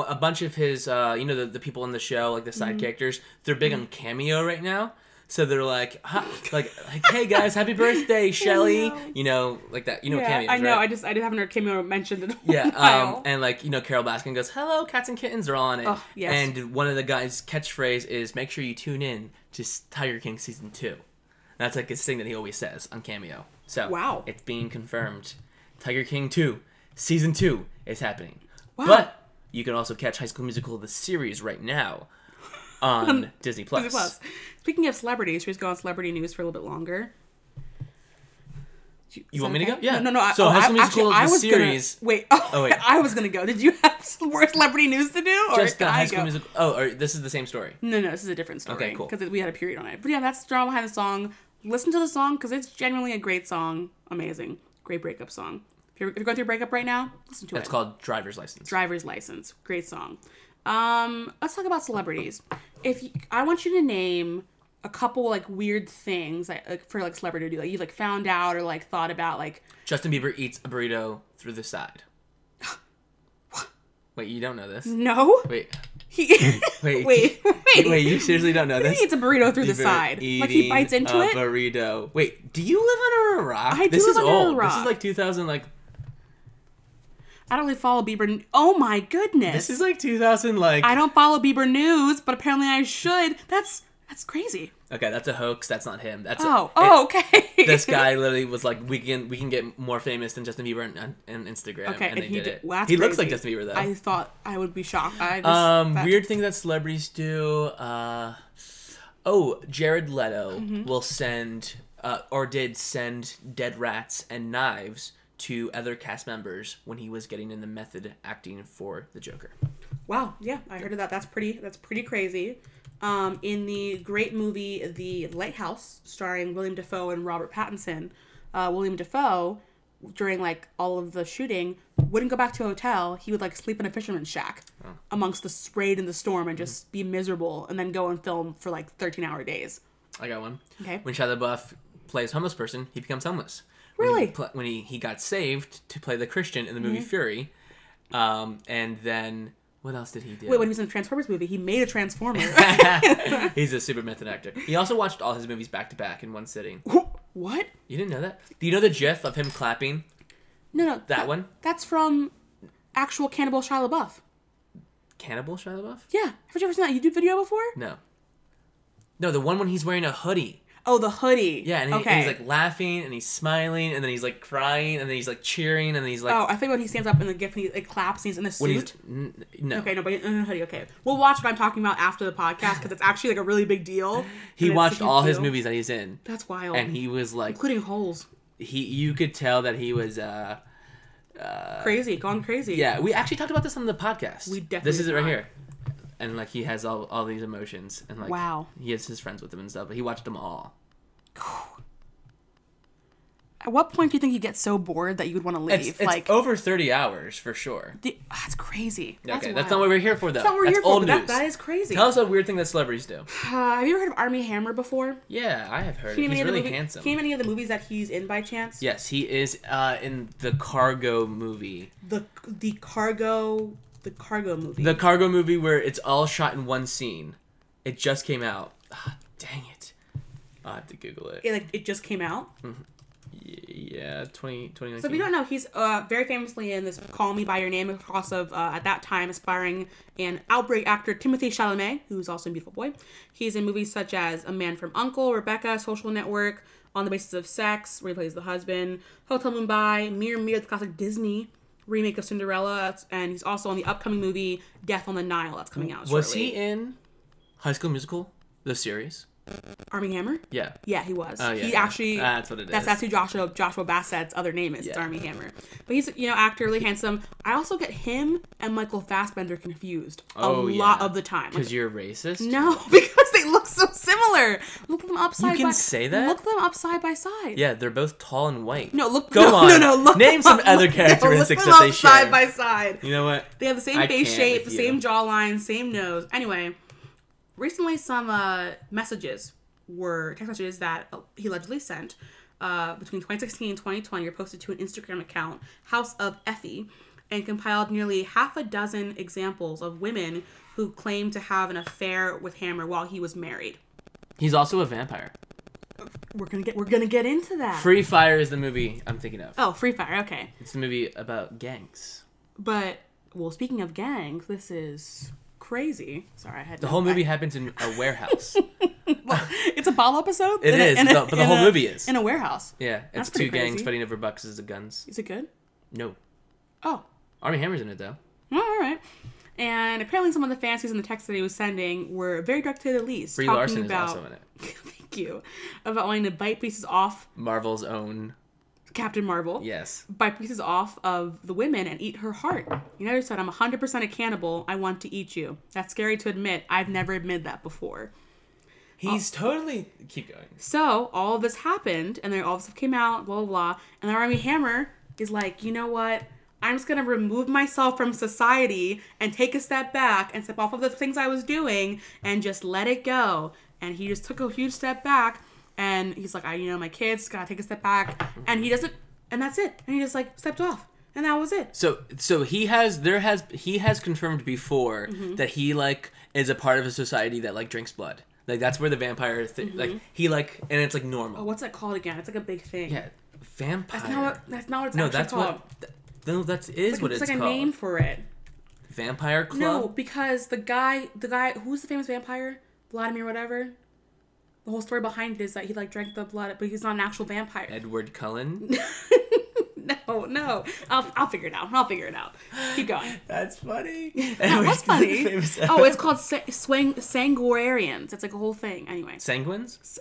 [SPEAKER 2] a bunch of his uh, you know the, the people in the show like the side
[SPEAKER 1] Mm-hmm.
[SPEAKER 2] characters they're big on cameo right now. So they're like, huh, like, like, hey
[SPEAKER 1] (laughs)
[SPEAKER 2] guys, happy birthday, Shelly.
[SPEAKER 1] know.
[SPEAKER 2] You know, like that. You know,
[SPEAKER 1] yeah,
[SPEAKER 2] what cameos.
[SPEAKER 1] I know.
[SPEAKER 2] right?
[SPEAKER 1] I just I did haven't heard cameo mentioned in a (laughs)
[SPEAKER 2] Yeah,
[SPEAKER 1] while.
[SPEAKER 2] um, and like you know, Carol Baskin goes, "Hello, cats and kittens are on it."
[SPEAKER 1] Oh, yes.
[SPEAKER 2] And one of the guys' catchphrase is, "Make sure you tune in to S- Tiger King season 2. That's like his thing that he always says on Cameo. So
[SPEAKER 1] Wow.
[SPEAKER 2] it's being confirmed. Tiger King two, season two is happening.
[SPEAKER 1] Wow.
[SPEAKER 2] But you can also catch High School Musical the series right
[SPEAKER 1] (laughs)
[SPEAKER 2] now on Disney Plus.
[SPEAKER 1] Disney Plus. Speaking of celebrities, should we just go on celebrity news for a little bit longer?
[SPEAKER 2] You
[SPEAKER 1] Is
[SPEAKER 2] want
[SPEAKER 1] that
[SPEAKER 2] me to
[SPEAKER 1] okay?
[SPEAKER 2] go? Yeah.
[SPEAKER 1] No, no, no. I,
[SPEAKER 2] So
[SPEAKER 1] oh,
[SPEAKER 2] High
[SPEAKER 1] I-
[SPEAKER 2] School Musical
[SPEAKER 1] actually, I
[SPEAKER 2] the
[SPEAKER 1] was
[SPEAKER 2] series.
[SPEAKER 1] Gonna, wait. Oh, (laughs)
[SPEAKER 2] Oh, wait.
[SPEAKER 1] I was gonna go. Did you have (laughs) some more celebrity news to do, or
[SPEAKER 2] Just
[SPEAKER 1] can
[SPEAKER 2] the
[SPEAKER 1] I
[SPEAKER 2] High School
[SPEAKER 1] go?
[SPEAKER 2] Musical. Oh, or this is the same story.
[SPEAKER 1] No, no, this is a different story.
[SPEAKER 2] Okay, cool.
[SPEAKER 1] Because we had a period on it. But yeah, that's the drama behind the song. Listen to the song because it's genuinely a great song. Amazing, great breakup song. If you're, if you're going through a breakup right now, listen to it.
[SPEAKER 2] That's called Driver's License.
[SPEAKER 1] driver's license. Great song. Um, let's talk about celebrities. If you, I want you to name a couple like weird things like, like for like celebrity to do, like you like found out or like thought about like
[SPEAKER 2] Justin Bieber eats a burrito through
[SPEAKER 1] (gasps)
[SPEAKER 2] the side. Wait, you don't know this?
[SPEAKER 1] no (laughs)
[SPEAKER 2] Wait,
[SPEAKER 1] he (laughs)
[SPEAKER 2] wait,
[SPEAKER 1] wait wait
[SPEAKER 2] (laughs) wait! You seriously don't know this?
[SPEAKER 1] he eats a burrito through the
[SPEAKER 2] Bieber
[SPEAKER 1] side like he
[SPEAKER 2] eating
[SPEAKER 1] bites into
[SPEAKER 2] a
[SPEAKER 1] it
[SPEAKER 2] Burrito. Wait, do you live under a rock?
[SPEAKER 1] I do
[SPEAKER 2] this
[SPEAKER 1] live
[SPEAKER 2] is
[SPEAKER 1] under a
[SPEAKER 2] old. This
[SPEAKER 1] rock.
[SPEAKER 2] is like 2000. Like
[SPEAKER 1] I don't really follow Bieber oh my goodness
[SPEAKER 2] this is like 2000. Like
[SPEAKER 1] I don't follow Bieber news but apparently I should that's that's crazy
[SPEAKER 2] okay, that's a hoax. That's not him. That's
[SPEAKER 1] oh
[SPEAKER 2] it-
[SPEAKER 1] oh okay
[SPEAKER 2] This guy literally was like, we can we can get more famous than Justin Bieber on, on, on Instagram,
[SPEAKER 1] Okay,
[SPEAKER 2] and they
[SPEAKER 1] and he
[SPEAKER 2] did,
[SPEAKER 1] did-
[SPEAKER 2] it.
[SPEAKER 1] well, that's
[SPEAKER 2] he looks like
[SPEAKER 1] crazy.
[SPEAKER 2] Justin Bieber though.
[SPEAKER 1] (laughs) I thought I would be shocked I just,
[SPEAKER 2] Um,
[SPEAKER 1] that-
[SPEAKER 2] weird thing that celebrities do. Uh, oh, Jared Leto
[SPEAKER 1] Mm-hmm.
[SPEAKER 2] will send uh, or did send dead rats and knives to other cast members when he was getting in the method acting for the Joker.
[SPEAKER 1] Wow, yeah, I heard of that. That's pretty. That's pretty crazy. Um, in the great movie The Lighthouse, starring William Defoe and Robert Pattinson, uh, William Defoe, during like all of the shooting, wouldn't go back to a hotel. He would like sleep in a fisherman's shack amongst the sprayed and the storm and just be miserable, and then go and film for like thirteen hour days.
[SPEAKER 2] I got one.
[SPEAKER 1] Okay.
[SPEAKER 2] When Shia LaBeouf plays homeless person, he becomes homeless. When
[SPEAKER 1] Really? Mm-hmm.
[SPEAKER 2] he, pl- when he, he got saved to play the Christian in the movie Fury, um, and then what else did he do?
[SPEAKER 1] Wait, when he was in the Transformers movie, he made a Transformer.
[SPEAKER 2] He's a super method actor. He also watched all his movies back to back in one sitting.
[SPEAKER 1] what?
[SPEAKER 2] You didn't know that? Do you know the GIF of him clapping?
[SPEAKER 1] No, no,
[SPEAKER 2] That one?
[SPEAKER 1] That's from actual Cannibal Shia LaBeouf.
[SPEAKER 2] Cannibal Shia LaBeouf?
[SPEAKER 1] Yeah, have you ever seen that YouTube video before?
[SPEAKER 2] No. No, the one when he's wearing a hoodie.
[SPEAKER 1] Oh, the hoodie.
[SPEAKER 2] Yeah, and, he, and he's like laughing and he's smiling and then he's like crying and then he's like cheering and then he's like.
[SPEAKER 1] oh, I think when he stands up in the gif and he like, claps, and he's in the
[SPEAKER 2] when
[SPEAKER 1] suit.
[SPEAKER 2] he's, n- no.
[SPEAKER 1] Okay, no, but in the hoodie. Okay, we'll watch what I'm talking about after the podcast because it's actually like a really big deal.
[SPEAKER 2] (laughs) He
[SPEAKER 1] And it's
[SPEAKER 2] watched
[SPEAKER 1] season
[SPEAKER 2] all his
[SPEAKER 1] two.
[SPEAKER 2] movies that he's in.
[SPEAKER 1] That's wild.
[SPEAKER 2] And he was like,
[SPEAKER 1] including holes.
[SPEAKER 2] he you could tell that he was uh
[SPEAKER 1] Crazy, gone crazy.
[SPEAKER 2] yeah. We actually talked about this on the podcast.
[SPEAKER 1] We
[SPEAKER 2] this
[SPEAKER 1] definitely
[SPEAKER 2] is it right
[SPEAKER 1] did.
[SPEAKER 2] here, and like he has all all these emotions and like
[SPEAKER 1] Wow.
[SPEAKER 2] he has his friends with him and stuff. But he watched them all.
[SPEAKER 1] At what point do you think you get so bored that you would want to leave?
[SPEAKER 2] It's, it's
[SPEAKER 1] like,
[SPEAKER 2] over thirty hours for sure.
[SPEAKER 1] the- ah, that's crazy. That's
[SPEAKER 2] okay, that's not what we're here for, though. That's
[SPEAKER 1] not what we're here for,
[SPEAKER 2] old
[SPEAKER 1] but that-
[SPEAKER 2] news.
[SPEAKER 1] that is crazy.
[SPEAKER 2] Tell us a weird thing that celebrities do.
[SPEAKER 1] Uh, have you ever heard of Army Hammer before?
[SPEAKER 2] Yeah, I have heard.
[SPEAKER 1] Seen
[SPEAKER 2] it.
[SPEAKER 1] him in any of
[SPEAKER 2] He's
[SPEAKER 1] the
[SPEAKER 2] really
[SPEAKER 1] movie-
[SPEAKER 2] handsome.
[SPEAKER 1] Seen him in any of the movies that he's in by chance?
[SPEAKER 2] Yes, he is uh, in the Cargo movie.
[SPEAKER 1] The the cargo, the cargo movie.
[SPEAKER 2] The Cargo movie where it's all shot in one scene. It just came out. Ah, dang it. I'll have to Google it.
[SPEAKER 1] it, like it just came out.
[SPEAKER 2] Yeah, 20, 2019.
[SPEAKER 1] So if you don't know, he's uh, very famously in this "Call Me by Your Name" across of uh, at that time aspiring and outbreak actor Timothy Chalamet, who's also in Beautiful Boy. He's in movies such as A Man from Uncle, Rebecca, Social Network, On the Basis of Sex, where he plays the husband, Hotel Mumbai, Mirror Mirror, the classic Disney remake of Cinderella, and he's also in the upcoming movie Death on the Nile that's coming out.
[SPEAKER 2] Was
[SPEAKER 1] shortly.
[SPEAKER 2] he in High School Musical, the series?
[SPEAKER 1] Army Hammer?
[SPEAKER 2] Yeah.
[SPEAKER 1] Yeah, he was.
[SPEAKER 2] Oh, yeah,
[SPEAKER 1] he
[SPEAKER 2] yeah.
[SPEAKER 1] actually
[SPEAKER 2] That's what it
[SPEAKER 1] That's
[SPEAKER 2] is.
[SPEAKER 1] that's who Joshua Joshua Bassett's other name is. It's
[SPEAKER 2] Yeah.
[SPEAKER 1] Army Hammer. But he's you know actor, really handsome. I also get him and Michael Fassbender confused a
[SPEAKER 2] Oh,
[SPEAKER 1] lot
[SPEAKER 2] yeah.
[SPEAKER 1] of the time. Like,
[SPEAKER 2] Because you're racist?
[SPEAKER 1] no, (laughs) because they look so similar. Look them upside.
[SPEAKER 2] can
[SPEAKER 1] by,
[SPEAKER 2] say that?
[SPEAKER 1] Look them up side by side.
[SPEAKER 2] Yeah, they're both tall and white.
[SPEAKER 1] No, look.
[SPEAKER 2] Go
[SPEAKER 1] no, (laughs)
[SPEAKER 2] on.
[SPEAKER 1] No, no, look. them
[SPEAKER 2] Name some
[SPEAKER 1] up.
[SPEAKER 2] other
[SPEAKER 1] Look-
[SPEAKER 2] characteristics
[SPEAKER 1] no, look
[SPEAKER 2] that they
[SPEAKER 1] them up
[SPEAKER 2] share.
[SPEAKER 1] side by side.
[SPEAKER 2] You know what?
[SPEAKER 1] They have the same
[SPEAKER 2] I
[SPEAKER 1] face
[SPEAKER 2] can't
[SPEAKER 1] shape, the
[SPEAKER 2] with
[SPEAKER 1] same
[SPEAKER 2] you.
[SPEAKER 1] jawline, same nose. Anyway, recently some uh, messages were text messages that he allegedly sent uh, between 2016 and 2020 were posted to an Instagram account, House of Effie, and compiled nearly half a dozen examples of women who claimed to have an affair with Hammer while he was married.
[SPEAKER 2] He's also a vampire.
[SPEAKER 1] We're gonna get we're gonna get into that.
[SPEAKER 2] Free Fire is the movie I'm thinking of.
[SPEAKER 1] oh, Free Fire. Okay,
[SPEAKER 2] It's the movie about gangs.
[SPEAKER 1] but well, speaking of gangs, this is crazy. Sorry, I had
[SPEAKER 2] The whole movie happens in
[SPEAKER 1] (laughs)
[SPEAKER 2] a warehouse.
[SPEAKER 1] It's a ball episode.
[SPEAKER 2] It
[SPEAKER 1] In a-
[SPEAKER 2] is,
[SPEAKER 1] in a-
[SPEAKER 2] but- but the
[SPEAKER 1] in
[SPEAKER 2] whole
[SPEAKER 1] a-
[SPEAKER 2] movie is.
[SPEAKER 1] in a warehouse.
[SPEAKER 2] yeah,
[SPEAKER 1] That's
[SPEAKER 2] it's
[SPEAKER 1] pretty
[SPEAKER 2] two gangs
[SPEAKER 1] crazy.
[SPEAKER 2] fighting over boxes of guns.
[SPEAKER 1] Is it good?
[SPEAKER 2] No,
[SPEAKER 1] Oh,
[SPEAKER 2] Army Hammer's in it though.
[SPEAKER 1] all right. And apparently, some of the fancies in the text that he was sending were very direct to the least,
[SPEAKER 2] Brie
[SPEAKER 1] talking
[SPEAKER 2] Larson
[SPEAKER 1] about
[SPEAKER 2] is also in it.
[SPEAKER 1] (laughs) thank you about wanting to bite pieces off
[SPEAKER 2] Marvel's own.
[SPEAKER 1] Captain Marvel.
[SPEAKER 2] Yes.
[SPEAKER 1] Bite pieces off of the women and eat her heart. You know, he said, I'm 100% a cannibal. I want to eat you. That's scary to admit. I've never admitted that before.
[SPEAKER 2] He's totally. Keep going.
[SPEAKER 1] So all of this happened, and then all of this came out, blah blah blah. And then Army Hammer is like, you know what? I'm just gonna remove myself from society and take a step back and step off of the things I was doing and just let it go. And he just took a huge step back, and he's like, I, you know, my kids gotta take a step back, and he doesn't, and that's it. And he just like stepped off, and that was it.
[SPEAKER 2] So so he has there has he has confirmed before
[SPEAKER 1] Mm-hmm.
[SPEAKER 2] that he like is a part of a society that like drinks blood. Like that's where the vampire thing like he like and it's like normal.
[SPEAKER 1] Mm-hmm. Oh, what's that called again? It's like a big thing.
[SPEAKER 2] yeah, vampire.
[SPEAKER 1] That's not what. That's not what it's
[SPEAKER 2] no,
[SPEAKER 1] actually
[SPEAKER 2] that's
[SPEAKER 1] called.
[SPEAKER 2] what. th- no, that is
[SPEAKER 1] Like,
[SPEAKER 2] what
[SPEAKER 1] it's
[SPEAKER 2] it's,
[SPEAKER 1] like a
[SPEAKER 2] called.
[SPEAKER 1] name for it.
[SPEAKER 2] Vampire club.
[SPEAKER 1] No, because the guy, the guy, who's the famous vampire? Vladimir, whatever. The whole story behind it is that he like drank the blood, but he's not an actual vampire.
[SPEAKER 2] Edward Cullen.
[SPEAKER 1] (laughs) no, no. I'll, I'll figure it out. I'll figure it out. Keep going.
[SPEAKER 2] (laughs) That's funny.
[SPEAKER 1] (laughs) That was funny.
[SPEAKER 2] Famous-
[SPEAKER 1] (laughs) Oh, it's called sa- swang- sanguarians. It's like a whole thing. Anyway,
[SPEAKER 2] (laughs) Sanguines.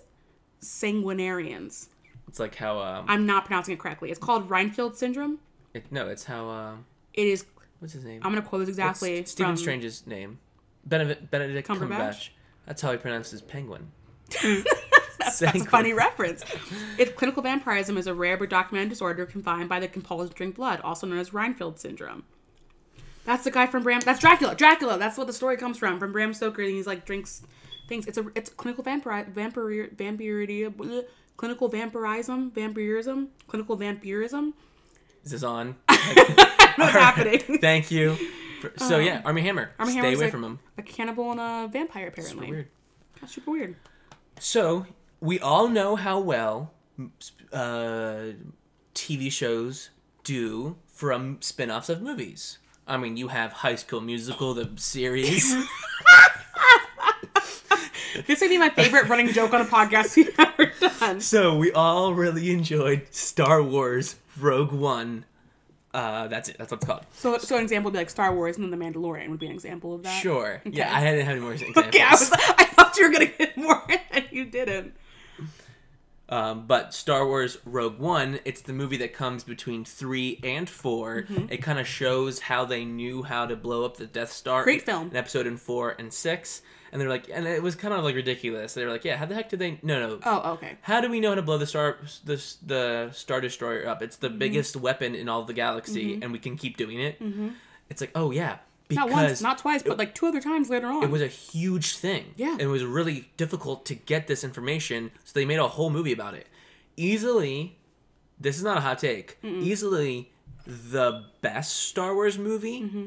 [SPEAKER 1] sanguinarians.
[SPEAKER 2] It's like how um.
[SPEAKER 1] I'm not pronouncing it correctly. It's called Reinfeldt syndrome.
[SPEAKER 2] It, no, it's how um.
[SPEAKER 1] It is.
[SPEAKER 2] What's his name?
[SPEAKER 1] I'm gonna quote this
[SPEAKER 2] What's
[SPEAKER 1] exactly.
[SPEAKER 2] St- Stephen
[SPEAKER 1] from-
[SPEAKER 2] Strange's name. Benedict, Benedict
[SPEAKER 1] Cumberbatch? Hmm.
[SPEAKER 2] Cumberbatch. That's how he pronounces penguin. (laughs)
[SPEAKER 1] (laughs) That's a funny reference. If clinical vampirism is a rare but documented disorder confined by the compulsion to drink blood, also known as Reinfeldt syndrome. That's the guy from Bram. That's Dracula. Dracula. That's what the story comes from. From Bram Stoker, and he's like drinks things. It's a it's clinical vampire vampire vampirity bleh, clinical vampirism vampirism clinical
[SPEAKER 2] (laughs)
[SPEAKER 1] vampirism.
[SPEAKER 2] Is this on?
[SPEAKER 1] (laughs) What's happening?
[SPEAKER 2] Thank you. For, so yeah, Army Hammer.
[SPEAKER 1] Armie
[SPEAKER 2] Stay
[SPEAKER 1] Um, Hammer's
[SPEAKER 2] away
[SPEAKER 1] like
[SPEAKER 2] from him.
[SPEAKER 1] A cannibal and a vampire apparently.
[SPEAKER 2] Super weird.
[SPEAKER 1] That's super weird.
[SPEAKER 2] So we all know how well uh, TV shows do from spin-offs of movies. I mean, you have High School Musical, the
[SPEAKER 1] (laughs)
[SPEAKER 2] series.
[SPEAKER 1] This may be my favorite running joke on a podcast we've ever done.
[SPEAKER 2] so we all really enjoyed Star Wars Rogue One. Uh, that's it. That's what it's called.
[SPEAKER 1] So, so an example would be like Star Wars, and then The Mandalorian would be an example of that.
[SPEAKER 2] Sure. Yeah,
[SPEAKER 1] Uh, Okay.
[SPEAKER 2] I didn't have any more examples.
[SPEAKER 1] (laughs) Okay, I was. I thought you were gonna get more, (laughs) and you didn't.
[SPEAKER 2] Um, but Star Wars Rogue One, it's the movie that comes between three and 4
[SPEAKER 1] Mm-hmm.
[SPEAKER 2] It kind of shows how they knew how to blow up the Death Star.
[SPEAKER 1] Great
[SPEAKER 2] in-
[SPEAKER 1] film.
[SPEAKER 2] In episode in four and six, and they're like, and it was kind of like ridiculous. They were like, yeah, how the heck did they? No, no.
[SPEAKER 1] Oh, okay.
[SPEAKER 2] How do we know how to blow the star the the star destroyer up? It's the
[SPEAKER 1] Mm-hmm.
[SPEAKER 2] biggest weapon in all of the galaxy, and we can keep doing it. It's like, oh yeah,
[SPEAKER 1] Mm-hmm. Not
[SPEAKER 2] because
[SPEAKER 1] once, not twice, but like two other times later on.
[SPEAKER 2] it was a huge thing.
[SPEAKER 1] Yeah.
[SPEAKER 2] It was really difficult to get this information, so they made a whole movie about it. Easily, this is not a hot take, easily the best Star Wars movie,
[SPEAKER 1] Mm-hmm.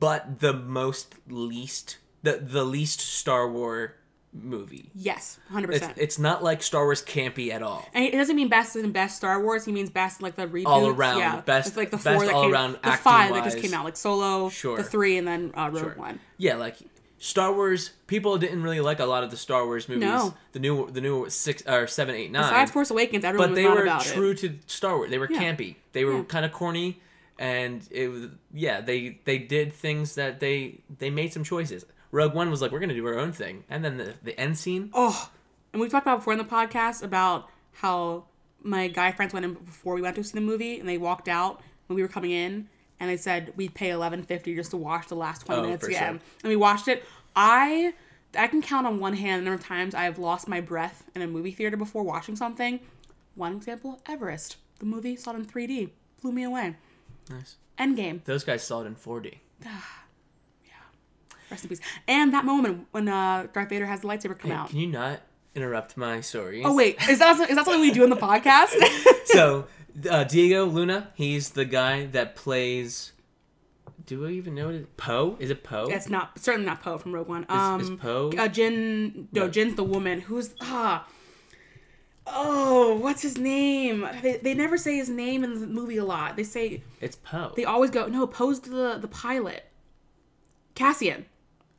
[SPEAKER 2] but the most least, the, the least Star Wars movie.
[SPEAKER 1] yes, hundred
[SPEAKER 2] It's,
[SPEAKER 1] percent.
[SPEAKER 2] it's not like Star Wars campy at all.
[SPEAKER 1] And it doesn't mean best in best Star Wars. He means best in like the reboots.
[SPEAKER 2] All around,
[SPEAKER 1] yeah.
[SPEAKER 2] best-
[SPEAKER 1] It's like the
[SPEAKER 2] best
[SPEAKER 1] four that
[SPEAKER 2] all
[SPEAKER 1] came,
[SPEAKER 2] around
[SPEAKER 1] the five that
[SPEAKER 2] acting-wise.
[SPEAKER 1] just came out, like Solo,
[SPEAKER 2] Sure.
[SPEAKER 1] the three, and then uh, Rogue One.
[SPEAKER 2] Yeah, like Star Wars. People didn't really like a lot of the Star Wars movies.
[SPEAKER 1] No.
[SPEAKER 2] The new, the new six or seven, eight, nine.
[SPEAKER 1] Besides Force Awakens, everyone
[SPEAKER 2] but
[SPEAKER 1] was
[SPEAKER 2] they
[SPEAKER 1] not
[SPEAKER 2] were
[SPEAKER 1] about
[SPEAKER 2] true
[SPEAKER 1] it.
[SPEAKER 2] to Star Wars. They were
[SPEAKER 1] Yeah.
[SPEAKER 2] campy. They were
[SPEAKER 1] Yeah.
[SPEAKER 2] kind of corny, and it was yeah. They they did things that they they made some choices. Rogue One was like, we're gonna do our own thing, and then the, the end scene.
[SPEAKER 1] Oh, And we've talked about before in the podcast about how my guy friends went in before we went to see the movie and they walked out when we were coming in and they said we'd pay eleven fifty just to watch the last twenty
[SPEAKER 2] Oh,
[SPEAKER 1] minutes
[SPEAKER 2] for sure.
[SPEAKER 1] again. And we watched it. I I can count on one hand the number of times I have lost my breath in a movie theater before watching something. One example, Everest. The movie saw it in 3D. Blew me away.
[SPEAKER 2] Nice.
[SPEAKER 1] Endgame.
[SPEAKER 2] Those guys saw it in 4D.
[SPEAKER 1] Rest in peace. And that moment when uh, Darth Vader has the lightsaber come
[SPEAKER 2] Hey,
[SPEAKER 1] out.
[SPEAKER 2] can you not interrupt my story?
[SPEAKER 1] Oh wait, is that is that something we do in the podcast?
[SPEAKER 2] (laughs) so uh, Diego Luna, he's the guy that plays. Do I even know it is? Poe? Is it Poe?
[SPEAKER 1] That's not certainly not Poe from Rogue One. Um,
[SPEAKER 2] is Poe-
[SPEAKER 1] Uh, Jin. No,
[SPEAKER 2] No.
[SPEAKER 1] Jin's the woman who's ah. Oh, what's his name? They, they never say his name in the movie a lot. They say
[SPEAKER 2] It's Poe.
[SPEAKER 1] they always go no Poe's the the pilot. Cassian.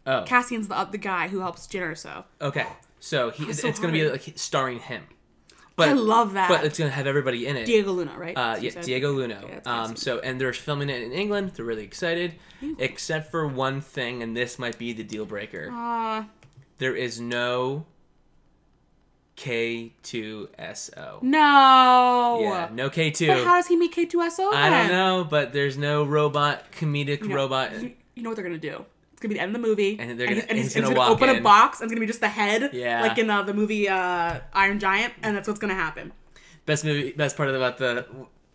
[SPEAKER 2] oh,
[SPEAKER 1] Cassian's the the guy who helps Jin or so.
[SPEAKER 2] okay. So he,
[SPEAKER 1] was
[SPEAKER 2] it's,
[SPEAKER 1] so
[SPEAKER 2] it's gonna be
[SPEAKER 1] hard.
[SPEAKER 2] like starring him. But
[SPEAKER 1] I love that.
[SPEAKER 2] But it's gonna have everybody in it.
[SPEAKER 1] Diego Luna, right?
[SPEAKER 2] Uh,
[SPEAKER 1] That's what you
[SPEAKER 2] yeah,
[SPEAKER 1] said.
[SPEAKER 2] Diego Luna.
[SPEAKER 1] Yeah, that's
[SPEAKER 2] um,
[SPEAKER 1] Cassian.
[SPEAKER 2] so and they're filming it in England. They're really excited, except for one thing, and this might be the deal breaker.
[SPEAKER 1] Uh,
[SPEAKER 2] There is no K2SO.
[SPEAKER 1] no.
[SPEAKER 2] Yeah, no K2.
[SPEAKER 1] But how does he meet K2SO?
[SPEAKER 2] I don't
[SPEAKER 1] then?
[SPEAKER 2] know, but there's no robot comedic
[SPEAKER 1] You know-
[SPEAKER 2] robot.
[SPEAKER 1] You, you know what they're gonna do? It's gonna be the end of the movie,
[SPEAKER 2] And they're gonna-
[SPEAKER 1] and
[SPEAKER 2] he's gonna walk
[SPEAKER 1] open a
[SPEAKER 2] in.
[SPEAKER 1] box, and it's gonna be just the head,
[SPEAKER 2] Yeah.
[SPEAKER 1] like in uh, the movie uh, Iron Giant, and that's what's gonna happen.
[SPEAKER 2] Best movie, best part of about the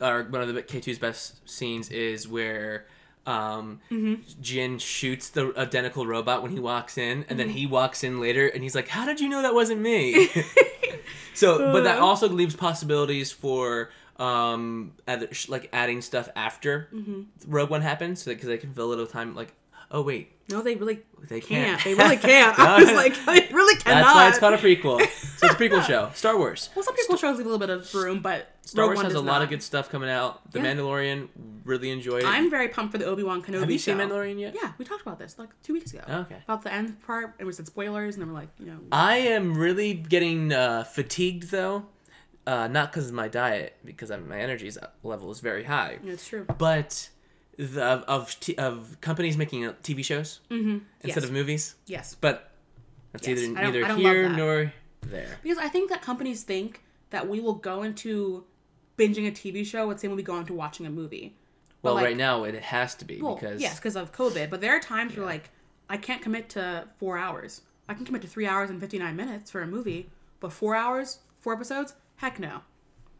[SPEAKER 2] or one of the K2's best scenes is where um
[SPEAKER 1] Mm-hmm.
[SPEAKER 2] Jin shoots the identical robot when he walks in and
[SPEAKER 1] Mm-hmm.
[SPEAKER 2] then he walks in later and he's like, "How did you know that
[SPEAKER 1] (laughs)
[SPEAKER 2] wasn't me?" so, but that
[SPEAKER 1] Uh.
[SPEAKER 2] also leaves possibilities for um other, sh- like adding stuff after
[SPEAKER 1] Mm-hmm.
[SPEAKER 2] Rogue One happens so because they can fill a little time like, "Oh wait,
[SPEAKER 1] No, they really
[SPEAKER 2] They
[SPEAKER 1] can't.
[SPEAKER 2] (laughs) can't.
[SPEAKER 1] They really can't. I was like, (laughs) they really cannot.
[SPEAKER 2] that's why it's called a prequel." so it's a
[SPEAKER 1] (laughs)
[SPEAKER 2] prequel show, Star Wars.
[SPEAKER 1] well, some prequel shows leave a little bit of room, but
[SPEAKER 2] Star
[SPEAKER 1] Rogue
[SPEAKER 2] Wars
[SPEAKER 1] One
[SPEAKER 2] has a
[SPEAKER 1] does
[SPEAKER 2] lot
[SPEAKER 1] not.
[SPEAKER 2] of good stuff coming out. The
[SPEAKER 1] Yeah.
[SPEAKER 2] Mandalorian really enjoyed it.
[SPEAKER 1] I'm very pumped for the Obi Wan Kenobi.
[SPEAKER 2] Have you seen
[SPEAKER 1] show.
[SPEAKER 2] Mandalorian yet? Oh,
[SPEAKER 1] Yeah, we talked about this like two weeks ago.
[SPEAKER 2] Okay.
[SPEAKER 1] About the end part, and we said spoilers, and then we're like, you know,
[SPEAKER 2] I am really getting uh, fatigued though, uh, not because of my diet, because I'm, my energy is- uh, level is very high,
[SPEAKER 1] it's true.
[SPEAKER 2] but the, of of, t- of companies making uh, TV shows instead
[SPEAKER 1] Mm-hmm. Yes.
[SPEAKER 2] of movies.
[SPEAKER 1] Yes.
[SPEAKER 2] But that's
[SPEAKER 1] Yes. I
[SPEAKER 2] either
[SPEAKER 1] don't- I
[SPEAKER 2] neither
[SPEAKER 1] don't
[SPEAKER 2] here
[SPEAKER 1] love that.
[SPEAKER 2] nor there.
[SPEAKER 1] Because I think that companies think that we will go into binging a TV show the same way we go into watching a movie.
[SPEAKER 2] Well,
[SPEAKER 1] like-
[SPEAKER 2] right now it has to be
[SPEAKER 1] Well,
[SPEAKER 2] because
[SPEAKER 1] yes, because of COVID. But there are times where like I can't commit to four hours. I can commit to three hours and fifty nine minutes for a movie, but four hours, four episodes, heck no,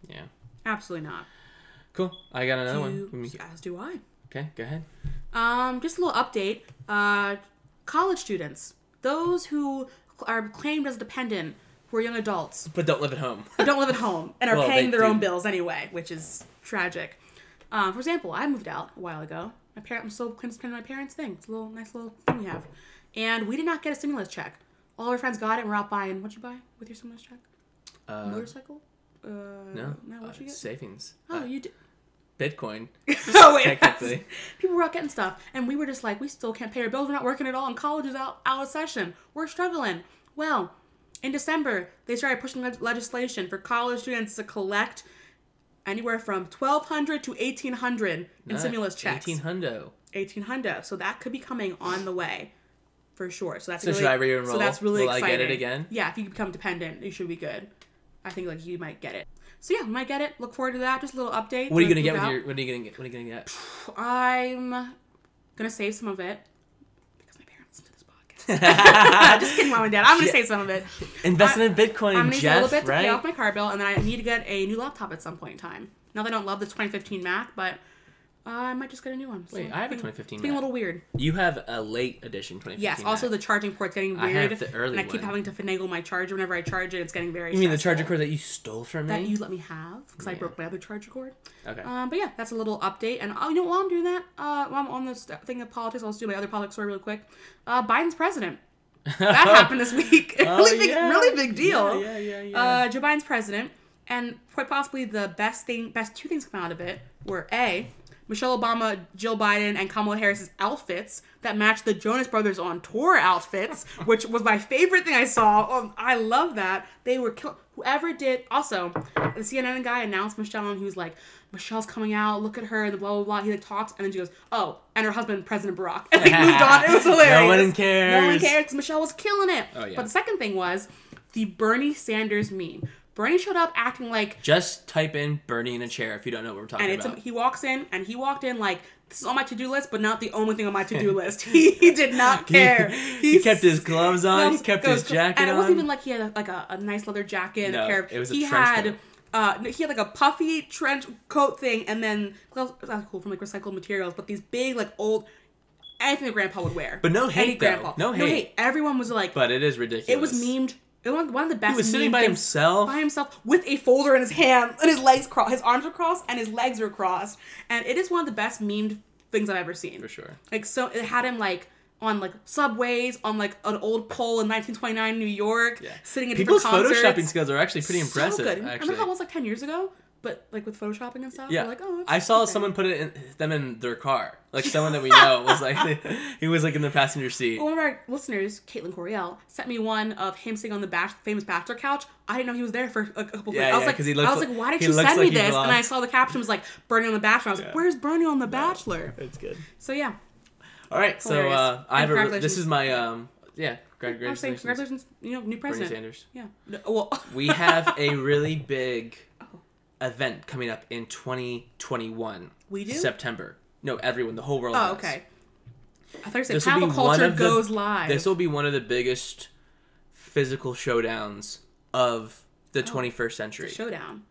[SPEAKER 2] yeah.
[SPEAKER 1] absolutely not.
[SPEAKER 2] Cool. I got another
[SPEAKER 1] You-
[SPEAKER 2] one. Mm-hmm.
[SPEAKER 1] As do I.
[SPEAKER 2] Okay, go ahead.
[SPEAKER 1] Um, just a little update. Uh, college students, those who are claimed as dependent, who are young adults,
[SPEAKER 2] But don't live at home.
[SPEAKER 1] who don't live at home and are
[SPEAKER 2] Well,
[SPEAKER 1] paying
[SPEAKER 2] they
[SPEAKER 1] their own
[SPEAKER 2] do.
[SPEAKER 1] bills anyway, which is tragic. Uh, for example, I moved out a while ago. My parent, I'm still paying my parents' thing. It's a little nice little thing we have, and we did not get a stimulus check. All our friends got it. and We're out buying. What'd you buy with your stimulus check?
[SPEAKER 2] Uh,
[SPEAKER 1] Motorcycle? Uh,
[SPEAKER 2] No.
[SPEAKER 1] No.
[SPEAKER 2] uh,
[SPEAKER 1] What'd you get?
[SPEAKER 2] Savings.
[SPEAKER 1] oh,
[SPEAKER 2] Uh,
[SPEAKER 1] you did.
[SPEAKER 2] Bitcoin.
[SPEAKER 1] Oh wait.
[SPEAKER 2] Technically.
[SPEAKER 1] People were out getting stuff, and we were just like, we still can't pay our bills. We're not working at all, and college is out out of session. We're struggling. Well, in December, they started pushing leg- legislation for college students to collect anywhere from twelve hundred to eighteen hundred in stimulus checks.
[SPEAKER 2] Uh, Eighteen hundo.
[SPEAKER 1] Eighteen hundred. So that could be coming on the way, for sure. So that's
[SPEAKER 2] So
[SPEAKER 1] really,
[SPEAKER 2] should I re-enroll?
[SPEAKER 1] So that's really
[SPEAKER 2] Will I get
[SPEAKER 1] exciting.
[SPEAKER 2] it again?
[SPEAKER 1] Yeah, if you become dependent, you should be good. I think like you might get it. So yeah, we might get it. Look forward to that. Just a little update.
[SPEAKER 2] What are
[SPEAKER 1] Like,
[SPEAKER 2] you gonna get
[SPEAKER 1] move
[SPEAKER 2] with
[SPEAKER 1] out.
[SPEAKER 2] your? What are you gonna get? What are you gonna (laughs) get?
[SPEAKER 1] I'm gonna save some of it because my parents listen to this
[SPEAKER 2] (laughs)
[SPEAKER 1] podcast. Just kidding, mom and dad. I'm gonna save some of it.
[SPEAKER 2] Investing
[SPEAKER 1] I-
[SPEAKER 2] in Bitcoin,
[SPEAKER 1] I'm gonna use a little
[SPEAKER 2] Jeff.
[SPEAKER 1] bit to pay off
[SPEAKER 2] right?
[SPEAKER 1] my car bill, and then I need to get a new laptop at some point in time. Now that I don't love this 2015 Mac, but uh, I might just get a new one. So
[SPEAKER 2] Wait,
[SPEAKER 1] it's
[SPEAKER 2] I have a
[SPEAKER 1] being-
[SPEAKER 2] 2015
[SPEAKER 1] It's being a
[SPEAKER 2] Mac.
[SPEAKER 1] little weird.
[SPEAKER 2] You have a late edition 2015.
[SPEAKER 1] Yes. Also, the
[SPEAKER 2] Mac.
[SPEAKER 1] charging port's getting
[SPEAKER 2] I
[SPEAKER 1] weird,
[SPEAKER 2] have the early
[SPEAKER 1] and I keep
[SPEAKER 2] one.
[SPEAKER 1] having to finagle my charger whenever I charge it. It's getting very.
[SPEAKER 2] You mean the
[SPEAKER 1] stressful.
[SPEAKER 2] charger cord that you stole from
[SPEAKER 1] that
[SPEAKER 2] me?
[SPEAKER 1] you let me have because I
[SPEAKER 2] Yeah.
[SPEAKER 1] broke my other charger cord.
[SPEAKER 2] Okay.
[SPEAKER 1] Um, but yeah, that's a little update. And oh, you know, while I'm doing that, uh, while I'm on this thing of politics, I'll just do my other politics story real quick. Uh, Biden's president.
[SPEAKER 2] (laughs)
[SPEAKER 1] That happened this week. (laughs) really big,
[SPEAKER 2] Oh, yeah.
[SPEAKER 1] really big deal.
[SPEAKER 2] Yeah, yeah, yeah, yeah.
[SPEAKER 1] Uh, Joe Biden's president, and quite possibly the best thing, best two things come out of it were a Michelle Obama, Jill Biden, and Kamala Harris's outfits that matched the Jonas Brothers on tour
[SPEAKER 2] (laughs)
[SPEAKER 1] outfits, which was my favorite thing I saw. Um, I love that they were kill- whoever did. Also, the CNN guy announced Michelle, and he was like, "Michelle's coming out. Look at her." The blah blah blah. He like talks, and then she goes, "Oh," and her husband, President Barack, (laughs) and they moved on. It was
[SPEAKER 2] (laughs) No
[SPEAKER 1] hilarious.
[SPEAKER 2] one
[SPEAKER 1] No one
[SPEAKER 2] cares.
[SPEAKER 1] cares. Michelle was killing it.
[SPEAKER 2] Oh, yeah.
[SPEAKER 1] But the second thing was the Bernie Sanders meme. Bernie showed up acting like
[SPEAKER 2] Just type in Bernie in a chair if you don't know what we're talking
[SPEAKER 1] and it's
[SPEAKER 2] about.
[SPEAKER 1] he walks in and he walked in like this is on my to-do list but not the only thing on my
[SPEAKER 2] (laughs)
[SPEAKER 1] to-do list (laughs) he, he did not care
[SPEAKER 2] he kept his gloves on.
[SPEAKER 1] gloves-
[SPEAKER 2] he kept
[SPEAKER 1] goes-
[SPEAKER 2] his jacket
[SPEAKER 1] and it wasn't
[SPEAKER 2] on.
[SPEAKER 1] even like he had a, like a, a nice leather jacket and
[SPEAKER 2] No,
[SPEAKER 1] a pair of
[SPEAKER 2] it was a
[SPEAKER 1] he
[SPEAKER 2] trench
[SPEAKER 1] had
[SPEAKER 2] coat.
[SPEAKER 1] uh no, he had like a puffy trench coat thing and then gloves that's cool from like recycled materials but these big like old anything that grandpa would wear
[SPEAKER 2] But no
[SPEAKER 1] Any
[SPEAKER 2] hate, though. No hate.
[SPEAKER 1] everyone was like
[SPEAKER 2] but it is ridiculous.
[SPEAKER 1] it was memed it was one of the best
[SPEAKER 2] He was sitting
[SPEAKER 1] meme
[SPEAKER 2] by
[SPEAKER 1] things-
[SPEAKER 2] himself.
[SPEAKER 1] by himself with a folder in his hand and his legs crossed his arms are crossed and his legs are crossed and it is one of the best memed things i've ever seen
[SPEAKER 2] For sure.
[SPEAKER 1] like so it had him like on like subways on like an old pole in 1929 new york
[SPEAKER 2] Yeah.
[SPEAKER 1] sitting at
[SPEAKER 2] People's
[SPEAKER 1] different concerts.
[SPEAKER 2] photoshopping skills are actually pretty impressive.
[SPEAKER 1] so good. i
[SPEAKER 2] Actually.
[SPEAKER 1] remember how it was like 10 years ago but like with photoshopping and stuff
[SPEAKER 2] yeah,
[SPEAKER 1] we're like oh that's
[SPEAKER 2] I saw
[SPEAKER 1] okay.
[SPEAKER 2] someone put it in, them in their car.
[SPEAKER 1] (laughs)
[SPEAKER 2] Like someone that we know was like, (laughs) he was like in the passenger seat.
[SPEAKER 1] one of our listeners, Caitlin Coriel, sent me one of him sitting on the bach- famous Bachelor couch. I didn't know he was there for a couple. Yeah,
[SPEAKER 2] Yeah,
[SPEAKER 1] I was
[SPEAKER 2] yeah,
[SPEAKER 1] like,
[SPEAKER 2] 'cause he
[SPEAKER 1] I
[SPEAKER 2] looks
[SPEAKER 1] was
[SPEAKER 2] like-
[SPEAKER 1] like, why did
[SPEAKER 2] he
[SPEAKER 1] you
[SPEAKER 2] looks
[SPEAKER 1] send
[SPEAKER 2] like
[SPEAKER 1] me
[SPEAKER 2] he
[SPEAKER 1] this?
[SPEAKER 2] belongs.
[SPEAKER 1] And I saw the caption was like Bernie on the Bachelor. I was
[SPEAKER 2] Yeah.
[SPEAKER 1] like, where's Bernie on the Bachelor?
[SPEAKER 2] It's good. So yeah. All right. So
[SPEAKER 1] Hilarious.
[SPEAKER 2] uh, I have a. re-
[SPEAKER 1] Congratulations.
[SPEAKER 2] This is my um. Yeah.
[SPEAKER 1] I was saying,
[SPEAKER 2] Congratulations.
[SPEAKER 1] congratulations, you know, new president.
[SPEAKER 2] Sanders.
[SPEAKER 1] Yeah. No, well,
[SPEAKER 2] (laughs) We have a
[SPEAKER 1] (laughs)
[SPEAKER 2] really big
[SPEAKER 1] Oh.
[SPEAKER 2] event coming up in 2021.
[SPEAKER 1] We do?
[SPEAKER 2] September. No, everyone, the whole world.
[SPEAKER 1] (laughs) Oh,
[SPEAKER 2] does.
[SPEAKER 1] okay. I thought you said
[SPEAKER 2] This will be
[SPEAKER 1] Pound the
[SPEAKER 2] one
[SPEAKER 1] Culture
[SPEAKER 2] of the.
[SPEAKER 1] goes live.
[SPEAKER 2] This will be one of the biggest physical showdowns of the
[SPEAKER 1] Oh.
[SPEAKER 2] 21st century.
[SPEAKER 1] showdown.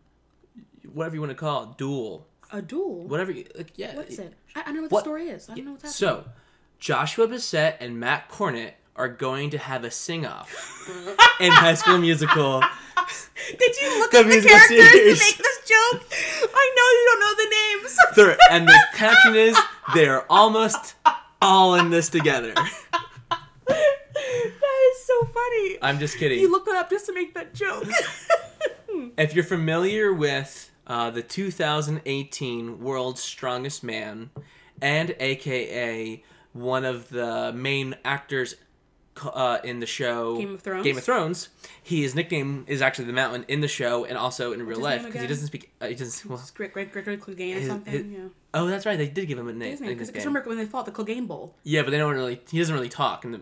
[SPEAKER 2] whatever you want to call it, duel,
[SPEAKER 1] A duel.
[SPEAKER 2] whatever. You, like, yeah.
[SPEAKER 1] what is it? I, I don't know what,
[SPEAKER 2] What-
[SPEAKER 1] the story is. I don't know what's happening.
[SPEAKER 2] So, Joshua Bissett and Matt Cornett are going to have a sing off (laughs) in High School Musical.
[SPEAKER 1] Did you look
[SPEAKER 2] The
[SPEAKER 1] at the
[SPEAKER 2] musical
[SPEAKER 1] characters
[SPEAKER 2] series.
[SPEAKER 1] to make this joke? I know you don't know the names.
[SPEAKER 2] (laughs)
[SPEAKER 1] (laughs)
[SPEAKER 2] They're- and the caption is, they're almost all in this together.
[SPEAKER 1] That is so funny.
[SPEAKER 2] I'm just kidding.
[SPEAKER 1] You looked it up just to make that (laughs) joke.
[SPEAKER 2] if you're familiar with uh, the 2018 World's Strongest Man and AKA one of the main actors co- uh, in the show
[SPEAKER 1] Game of Thrones?
[SPEAKER 2] Game of Thrones, he, his nickname is actually the Mountain in the show and also in real
[SPEAKER 1] his
[SPEAKER 2] life
[SPEAKER 1] name
[SPEAKER 2] because he
[SPEAKER 1] again?
[SPEAKER 2] doesn't speak. Uh, he doesn't. Well,
[SPEAKER 1] Greg, Greg, Greg, Greg Clegane or
[SPEAKER 2] his-
[SPEAKER 1] something.
[SPEAKER 2] his-
[SPEAKER 1] yeah.
[SPEAKER 2] oh, that's right. They did give him a name.
[SPEAKER 1] His name, because
[SPEAKER 2] nickname.
[SPEAKER 1] remember when they fought the Clegane Bowl?
[SPEAKER 2] yeah, but they don't really. He doesn't really talk. And the,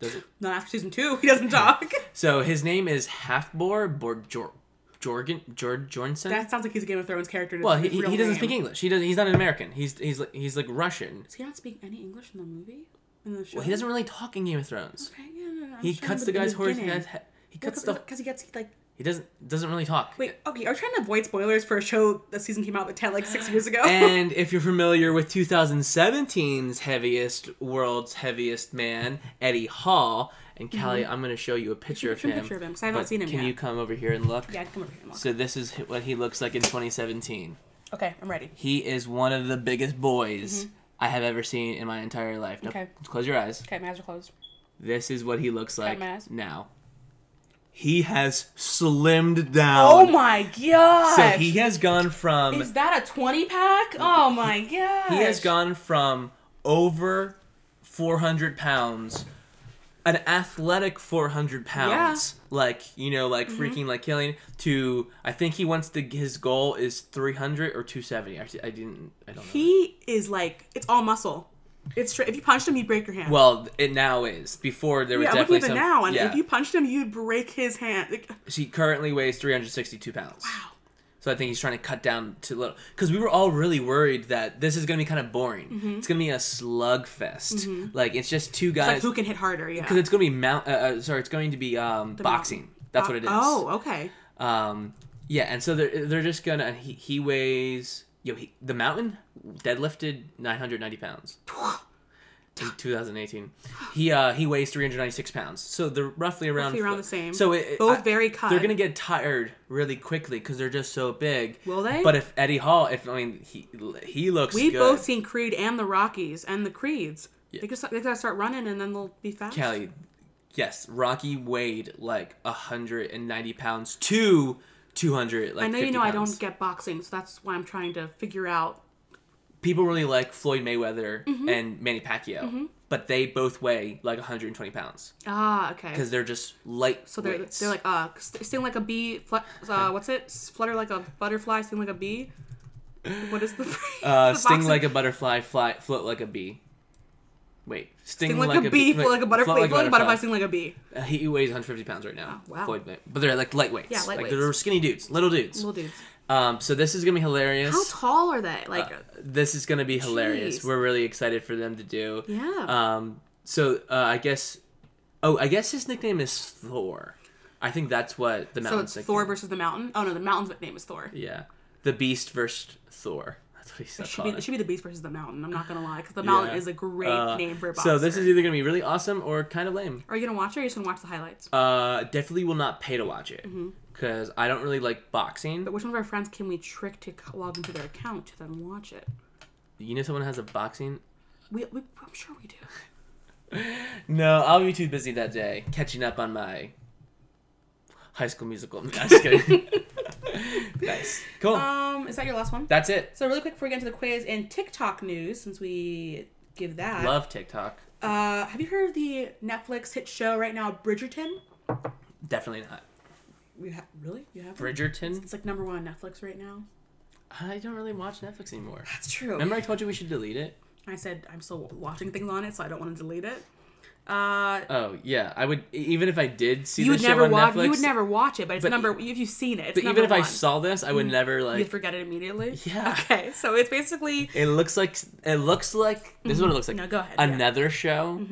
[SPEAKER 2] does it?
[SPEAKER 1] Not after season two, (laughs) he doesn't
[SPEAKER 2] (laughs)
[SPEAKER 1] talk.
[SPEAKER 2] So his name is Halfbor Bor Jor, Jorgen Jor, Jorgensen.
[SPEAKER 1] that sounds like he's a Game of Thrones character. in his-
[SPEAKER 2] Well, Oh, he,
[SPEAKER 1] his
[SPEAKER 2] he,
[SPEAKER 1] real
[SPEAKER 2] he doesn't
[SPEAKER 1] name.
[SPEAKER 2] speak English. He does. He's not an American. He's he's like he's like Russian.
[SPEAKER 1] Does he not speak any English in the movie? In the show?
[SPEAKER 2] Well, he doesn't really talk in Game of Thrones.
[SPEAKER 1] Okay, yeah, no, no, I'm
[SPEAKER 2] He
[SPEAKER 1] just trying
[SPEAKER 2] cuts
[SPEAKER 1] to
[SPEAKER 2] the guy's horse. The
[SPEAKER 1] beginning.
[SPEAKER 2] guy's he, he cuts stuff.
[SPEAKER 1] Because he gets like.
[SPEAKER 2] He doesn't doesn't really talk.
[SPEAKER 1] Wait, okay, are we trying to avoid spoilers for a show that season came out with 10, like six years ago?
[SPEAKER 2] And if you're familiar with 2017's heaviest world's heaviest man, Eddie Hall, and Callie,
[SPEAKER 1] Mm-hmm.
[SPEAKER 2] I'm going to show you a picture of
[SPEAKER 1] show me
[SPEAKER 2] him.
[SPEAKER 1] a picture of him, 'cause I haven't
[SPEAKER 2] but
[SPEAKER 1] seen him
[SPEAKER 2] Can
[SPEAKER 1] yet.
[SPEAKER 2] you come over here and look?
[SPEAKER 1] (laughs) yeah, come over here. Mom.
[SPEAKER 2] So this is what he looks like in 2017.
[SPEAKER 1] okay, I'm ready.
[SPEAKER 2] He is one of the biggest boys I have ever seen in my entire life. Now,
[SPEAKER 1] Mm-hmm. Okay.
[SPEAKER 2] Close your eyes.
[SPEAKER 1] Okay, my eyes are closed.
[SPEAKER 2] This is what he looks like
[SPEAKER 1] mask.
[SPEAKER 2] now. He has slimmed down.
[SPEAKER 1] Oh my god!
[SPEAKER 2] So he has gone from
[SPEAKER 1] Is that a 20 pack? Oh my god.
[SPEAKER 2] he has gone from over 400 pounds, an athletic 400 pounds, like you know, like
[SPEAKER 1] Mm-hmm.
[SPEAKER 2] freaking like killing to I think he wants to his goal is 300 or 270. Actually, I didn't. I don't know.
[SPEAKER 1] He is like it's all muscle. It's straight. If you punched him, you'd break your hand.
[SPEAKER 2] well, it now is. Before there was
[SPEAKER 1] yeah, I'm looking
[SPEAKER 2] definitely
[SPEAKER 1] at it
[SPEAKER 2] some.
[SPEAKER 1] now, and
[SPEAKER 2] yeah,
[SPEAKER 1] if you punched him, you'd break his hand. Like,
[SPEAKER 2] she currently weighs 362 pounds. Wow. So I think he's trying to cut down to little because we were all really worried that this is going to be kind of boring. It's going to be a slugfest. Like it's just two
[SPEAKER 1] Mm-hmm. it's like
[SPEAKER 2] guys
[SPEAKER 1] who can hit harder? Yeah.
[SPEAKER 2] because it's going to be mount. Uh, uh, sorry, it's going to be um, boxing. That's what it is.
[SPEAKER 1] Oh, okay.
[SPEAKER 2] Um, yeah, and so they're they're just gonna. and He, he weighs yo. He, the mountain deadlifted 990 pounds. In 2018, he uh he weighs 396 pounds, so they're roughly around
[SPEAKER 1] Roughly around the same.
[SPEAKER 2] So it, it-
[SPEAKER 1] Both very cut.
[SPEAKER 2] They're gonna get tired really quickly because they're just so big.
[SPEAKER 1] Will they?
[SPEAKER 2] But if Eddie Hall, if I mean he he looks
[SPEAKER 1] We've
[SPEAKER 2] good.
[SPEAKER 1] both seen Creed and the Rockies and the Creeds. They just they gotta start running, and then they'll be fast.
[SPEAKER 2] Callie, yes, Rocky weighed like 190 pounds to 200. Like
[SPEAKER 1] I know you
[SPEAKER 2] 50
[SPEAKER 1] know I
[SPEAKER 2] pounds.
[SPEAKER 1] don't get boxing, so that's why I'm trying to figure out.
[SPEAKER 2] people really like Floyd Mayweather
[SPEAKER 1] Mm-hmm.
[SPEAKER 2] and Manny Pacquiao, but they both weigh like 120 pounds
[SPEAKER 1] Ah, okay.
[SPEAKER 2] because they're just light.
[SPEAKER 1] So they're they're like uh st- sting like a bee. Fl- uh, what's it? S- Flutter like a butterfly. Sting like a bee. What is the (laughs) phrase?
[SPEAKER 2] uh,
[SPEAKER 1] The
[SPEAKER 2] sting
[SPEAKER 1] boxing-
[SPEAKER 2] like a butterfly, fly float like a bee. Wait, sting,
[SPEAKER 1] Sting like, a bee, fly like a butterfly, fly like a butterfly, sting like a bee.
[SPEAKER 2] Uh, he weighs 150 pounds right now.
[SPEAKER 1] Oh, wow.
[SPEAKER 2] Floyd May- but they're like lightweights.
[SPEAKER 1] Yeah,
[SPEAKER 2] Like
[SPEAKER 1] lightweights.
[SPEAKER 2] they're skinny dudes, little dudes.
[SPEAKER 1] Little dudes.
[SPEAKER 2] Um, so this is gonna be hilarious.
[SPEAKER 1] How tall are they?
[SPEAKER 2] Uh,
[SPEAKER 1] Like,
[SPEAKER 2] this is gonna be hilarious.
[SPEAKER 1] Jeez.
[SPEAKER 2] We're really excited for them to do.
[SPEAKER 1] Yeah.
[SPEAKER 2] Um. So uh, I guess. Oh, I guess his nickname is Thor. I think that's what the
[SPEAKER 1] so
[SPEAKER 2] mountain's
[SPEAKER 1] it's Thor
[SPEAKER 2] nickname-
[SPEAKER 1] versus the mountain. Oh no, the mountain's name is Thor.
[SPEAKER 2] Yeah, the Beast versus Thor. That's what he
[SPEAKER 1] It
[SPEAKER 2] said.
[SPEAKER 1] should, be, it should be the beast versus the mountain. I'm not gonna lie, because the mountain is a great name for a boxer.
[SPEAKER 2] So this is either gonna be really awesome or kind of lame.
[SPEAKER 1] Are you gonna watch it? or Are you just gonna watch the highlights?
[SPEAKER 2] Uh, definitely will not pay to watch it
[SPEAKER 1] Mm-hmm.
[SPEAKER 2] because I don't really like boxing.
[SPEAKER 1] But which one of our friends can we trick to co- log into their account to then watch it?
[SPEAKER 2] You know, someone has a boxing.
[SPEAKER 1] We, we I'm sure we do.
[SPEAKER 2] No, I'll be too busy that day catching up on my High School Musical. (laughs) I'm just kidding. nice, cool.
[SPEAKER 1] Um, is that your last one?
[SPEAKER 2] That's it.
[SPEAKER 1] so really quick before we get into the quiz and TikTok news, since we give that.
[SPEAKER 2] Love TikTok.
[SPEAKER 1] Uh, have you heard of the Netflix hit show right now, Bridgerton?
[SPEAKER 2] Definitely not
[SPEAKER 1] We have really? You have
[SPEAKER 2] Bridgerton.
[SPEAKER 1] It's like number one on Netflix right now.
[SPEAKER 2] I don't really watch Netflix anymore.
[SPEAKER 1] That's true.
[SPEAKER 2] Remember, I told you we should delete it.
[SPEAKER 1] I said I'm still watching things on it, so I don't want to delete it. Uh,
[SPEAKER 2] Oh yeah, I would even if I did see
[SPEAKER 1] you would
[SPEAKER 2] this
[SPEAKER 1] never
[SPEAKER 2] show on
[SPEAKER 1] watch.
[SPEAKER 2] Netflix.
[SPEAKER 1] You would never watch it, but it's
[SPEAKER 2] But- e-,
[SPEAKER 1] number. If you've seen it, it's
[SPEAKER 2] But
[SPEAKER 1] number
[SPEAKER 2] even if I
[SPEAKER 1] one.
[SPEAKER 2] saw this, I would never
[SPEAKER 1] you
[SPEAKER 2] like.
[SPEAKER 1] forget it immediately.
[SPEAKER 2] (laughs) Yeah.
[SPEAKER 1] Okay, so it's basically
[SPEAKER 2] It looks like it looks like this is what it looks like.
[SPEAKER 1] No, go ahead, yeah. Mm-hmm.
[SPEAKER 2] Another show,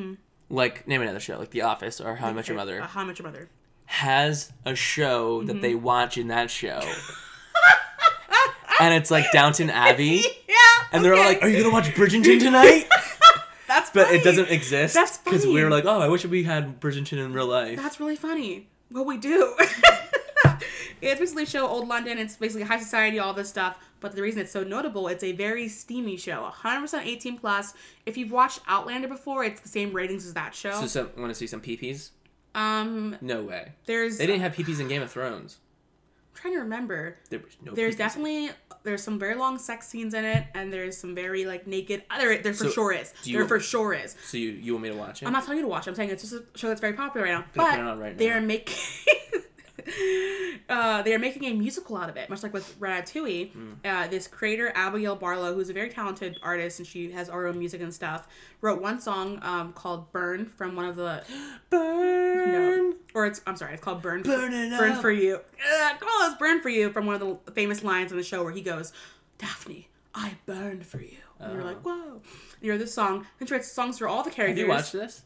[SPEAKER 2] like name another show, like The Office or How I Met Your Mother,
[SPEAKER 1] Uh, Mm-hmm. How I Met Your Mother.
[SPEAKER 2] has a show that they watch in that show, and it's like
[SPEAKER 1] (laughs)
[SPEAKER 2] Downton Abbey,
[SPEAKER 1] Yeah.
[SPEAKER 2] and they're all
[SPEAKER 1] okay.
[SPEAKER 2] like, "Are you gonna watch Bridgerton tonight?"
[SPEAKER 1] (laughs) That's
[SPEAKER 2] But
[SPEAKER 1] funny.
[SPEAKER 2] it doesn't exist.
[SPEAKER 1] That's
[SPEAKER 2] Because we
[SPEAKER 1] funny.
[SPEAKER 2] were like, "Oh, I wish we had Bridgerton in real life."
[SPEAKER 1] That's really funny. Well, we
[SPEAKER 2] (laughs)
[SPEAKER 1] do. it's basically show old London. It's basically high society, all this stuff. But the reason it's so notable, it's a very steamy show, 100% 18 plus. If you've watched Outlander before, it's the same ratings as that show.
[SPEAKER 2] so, some, want to see some peepees?
[SPEAKER 1] Oh. um,
[SPEAKER 2] No way.
[SPEAKER 1] there's
[SPEAKER 2] They didn't have peepees in Game of Thrones.
[SPEAKER 1] I'm trying to remember.
[SPEAKER 2] There was no.
[SPEAKER 1] There's
[SPEAKER 2] peepees.
[SPEAKER 1] definitely there's some very long sex scenes in it, and there's some very like naked. There, there for
[SPEAKER 2] So,
[SPEAKER 1] sure is.
[SPEAKER 2] do you-
[SPEAKER 1] There for sure is.
[SPEAKER 2] So you you want me to watch it?
[SPEAKER 1] I'm not telling you to watch. it. I'm saying it's just a show that's very popular right now.
[SPEAKER 2] Gonna
[SPEAKER 1] But
[SPEAKER 2] put it on right
[SPEAKER 1] they
[SPEAKER 2] now.
[SPEAKER 1] are making (laughs) uh, they are making a musical out of it, much like with Ratatouille.
[SPEAKER 2] Hmm.
[SPEAKER 1] Uh, this creator Abigail Barlow, who's a very talented artist and she has her own music and stuff, wrote one song um, called "Burn" from one of the
[SPEAKER 2] (gasps) burn.
[SPEAKER 1] no, or it's I'm sorry, it's called "Burn."
[SPEAKER 2] Burn it
[SPEAKER 1] burn
[SPEAKER 2] up.
[SPEAKER 1] for you. Ugh, call this "Burn for you" from one of the famous lines in the show where he goes, "Daphne, I burned for you." And you're like, "Whoa!" You hear this song. And she writes songs for all the characters
[SPEAKER 2] Uh-huh. Have you watched this?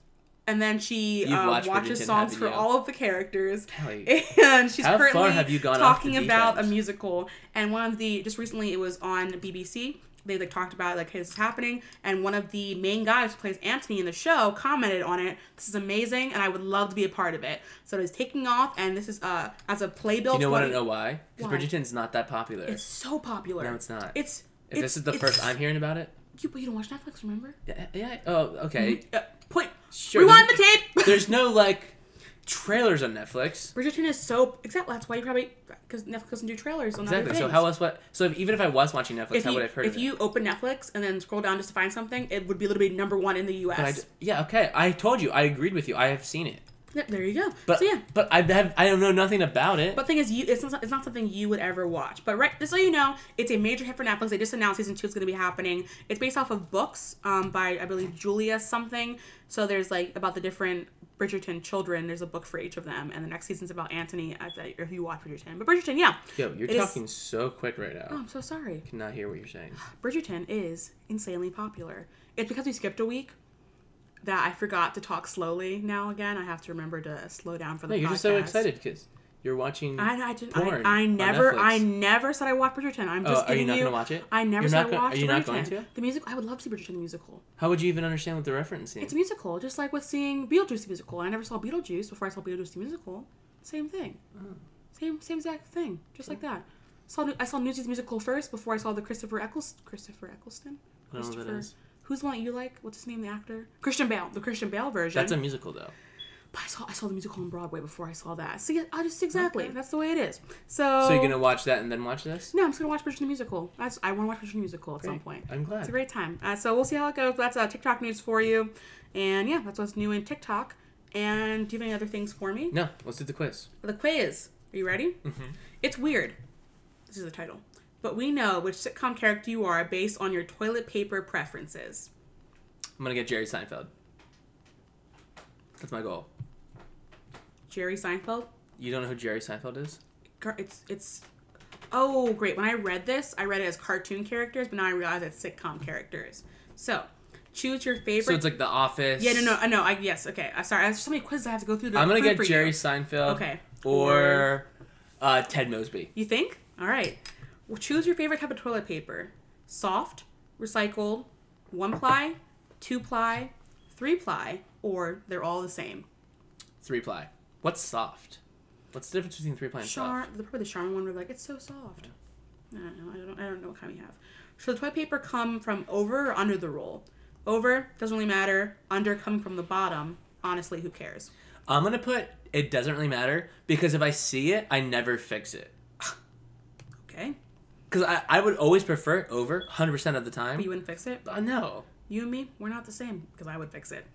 [SPEAKER 1] and then she
[SPEAKER 2] You've
[SPEAKER 1] um,
[SPEAKER 2] watched
[SPEAKER 1] watches
[SPEAKER 2] Bridgerton,
[SPEAKER 1] songs
[SPEAKER 2] haven't
[SPEAKER 1] for
[SPEAKER 2] you?
[SPEAKER 1] all of the characters.
[SPEAKER 2] Kelly.
[SPEAKER 1] (laughs) And she's
[SPEAKER 2] How far
[SPEAKER 1] currently
[SPEAKER 2] have you gone off the
[SPEAKER 1] talking
[SPEAKER 2] deep
[SPEAKER 1] about a
[SPEAKER 2] end?
[SPEAKER 1] musical, and one of the just recently it was on BBC. They like talked about like hey, this is happening, and one of the main guys who plays Anthony in the show commented on it. This is amazing, and I would love to be a part of it. So it is taking off, and this is uh as a playbill.
[SPEAKER 2] You know what? I
[SPEAKER 1] 20
[SPEAKER 2] know why. Because
[SPEAKER 1] Why?
[SPEAKER 2] Bridgerton's not that popular.
[SPEAKER 1] It's so popular.
[SPEAKER 2] No, it's not.
[SPEAKER 1] It's
[SPEAKER 2] if
[SPEAKER 1] it's-
[SPEAKER 2] this is the
[SPEAKER 1] it's-
[SPEAKER 2] first I'm hearing about it.
[SPEAKER 1] You, but you don't watch Netflix, remember?
[SPEAKER 2] Yeah. yeah oh, okay.
[SPEAKER 1] Uh, point.
[SPEAKER 2] Sure.
[SPEAKER 1] Rewind the tape.
[SPEAKER 2] There's no like trailers on Netflix.
[SPEAKER 1] Bridgerton is so exactly that's why you probably because Netflix doesn't do trailers on
[SPEAKER 2] Exactly.
[SPEAKER 1] Other
[SPEAKER 2] So
[SPEAKER 1] things.
[SPEAKER 2] how else? What? So if, even if I was watching Netflix,
[SPEAKER 1] if
[SPEAKER 2] how
[SPEAKER 1] you,
[SPEAKER 2] would I have heard
[SPEAKER 1] if
[SPEAKER 2] of it?
[SPEAKER 1] you open Netflix and then scroll down just to find something, it would be literally number one in the
[SPEAKER 2] But I
[SPEAKER 1] U.S.
[SPEAKER 2] d- yeah. Okay. I told you. I agreed with you. I have seen it.
[SPEAKER 1] Yeah, there you go.
[SPEAKER 2] But
[SPEAKER 1] so yeah,
[SPEAKER 2] But I have. I don't know nothing about it.
[SPEAKER 1] but thing is, you it's not, it's not something you would ever watch. But right, just so you know, it's a major hit for Netflix. They just announced season two is going to be happening. It's based off of books um, by I believe Julia something. So there's like about the different Bridgerton children. There's a book for each of them, and the next season's about Anthony. I I- If you watch Bridgerton, but Bridgerton, yeah,
[SPEAKER 2] Yo, you're
[SPEAKER 1] It is-
[SPEAKER 2] talking so quick right now.
[SPEAKER 1] Oh, I'm so sorry.
[SPEAKER 2] I cannot hear what
[SPEAKER 1] (gasps)
[SPEAKER 2] you're saying.
[SPEAKER 1] Bridgerton is insanely popular. It's because we skipped a week that I forgot to talk slowly now again. I have to remember to slow down for the
[SPEAKER 2] No, you're
[SPEAKER 1] podcast.
[SPEAKER 2] just so excited because you're watching.
[SPEAKER 1] I, I, didn't,
[SPEAKER 2] porn
[SPEAKER 1] I, I
[SPEAKER 2] on
[SPEAKER 1] never
[SPEAKER 2] Netflix. Oh,
[SPEAKER 1] I never said I watched Bridgerton. I'm just
[SPEAKER 2] are you
[SPEAKER 1] giving
[SPEAKER 2] not gonna watch it?
[SPEAKER 1] I never
[SPEAKER 2] You're
[SPEAKER 1] said
[SPEAKER 2] not
[SPEAKER 1] I
[SPEAKER 2] go- are
[SPEAKER 1] watched
[SPEAKER 2] you
[SPEAKER 1] Bridgerton.
[SPEAKER 2] not going to?
[SPEAKER 1] The music I would love to see Bridgerton the musical.
[SPEAKER 2] How would you even understand what they're referencing?
[SPEAKER 1] It's a musical, just like with seeing Beetlejuice the musical. I never saw Beetlejuice before I saw Beetlejuice the musical. Same thing.
[SPEAKER 2] Oh.
[SPEAKER 1] Same same exact thing. Just like that. Saw I saw Newsy's musical first before I saw the Christopher Eccles Christopher Eccleston.
[SPEAKER 2] I don't know what that
[SPEAKER 1] Christopher-
[SPEAKER 2] is.
[SPEAKER 1] Who's the one that you like? What's his name? The actor Christian Bale. The Christian Bale version.
[SPEAKER 2] That's a musical though.
[SPEAKER 1] But I saw I saw the musical on Broadway before I saw that. See, I just exactly that's the way it is. So.
[SPEAKER 2] So you're gonna watch that and then watch this?
[SPEAKER 1] No, I'm just gonna watch Bridgerton the musical. That's, I want to watch Bridgerton the musical at some
[SPEAKER 2] Great.
[SPEAKER 1] point.
[SPEAKER 2] I'm glad.
[SPEAKER 1] It's a great time. Uh, so we'll see how it goes. That's uh, TikTok news for you, and yeah, that's what's new in TikTok. And do you have any other things for me?
[SPEAKER 2] No, let's do the quiz.
[SPEAKER 1] The quiz. Are you ready? Mm-hmm. It's weird. This is the title. But we know which sitcom character you are based on your toilet paper preferences.
[SPEAKER 2] I'm gonna get Jerry Seinfeld. That's my goal.
[SPEAKER 1] Jerry Seinfeld.
[SPEAKER 2] You don't know who Jerry Seinfeld is?
[SPEAKER 1] Car- It's it's. Oh great! When I read this, I read it as cartoon characters, but now I realize it's sitcom characters. So, choose your favorite.
[SPEAKER 2] So it's like The Office.
[SPEAKER 1] yeah, no, uh, no, I know. I yes, okay. I'm sorry. There's so many quizzes I have to go through. To
[SPEAKER 2] I'm gonna
[SPEAKER 1] prove
[SPEAKER 2] get
[SPEAKER 1] for you.
[SPEAKER 2] Jerry Seinfeld.
[SPEAKER 1] Okay.
[SPEAKER 2] Or uh, Ted Mosby.
[SPEAKER 1] You think? All right. Well, choose your favorite type of toilet paper: soft, recycled, one ply, two ply, three ply, or they're all the same.
[SPEAKER 2] Three ply. What's soft? What's the difference between three ply and
[SPEAKER 1] Char,
[SPEAKER 2] soft?
[SPEAKER 1] the probably the charm one would be like, it's so soft. I don't know. I don't. I don't know what kind we have. Should the toilet paper come from over or under the roll? Over doesn't really matter. Under coming from the bottom. Honestly, who cares?
[SPEAKER 2] I'm gonna put it doesn't really matter because if I see it, I never fix it.
[SPEAKER 1] Okay,
[SPEAKER 2] Because I, I would always prefer over 100% of the time.
[SPEAKER 1] you wouldn't fix it.
[SPEAKER 2] uh, no.
[SPEAKER 1] You and me, we're not the same because I would fix it.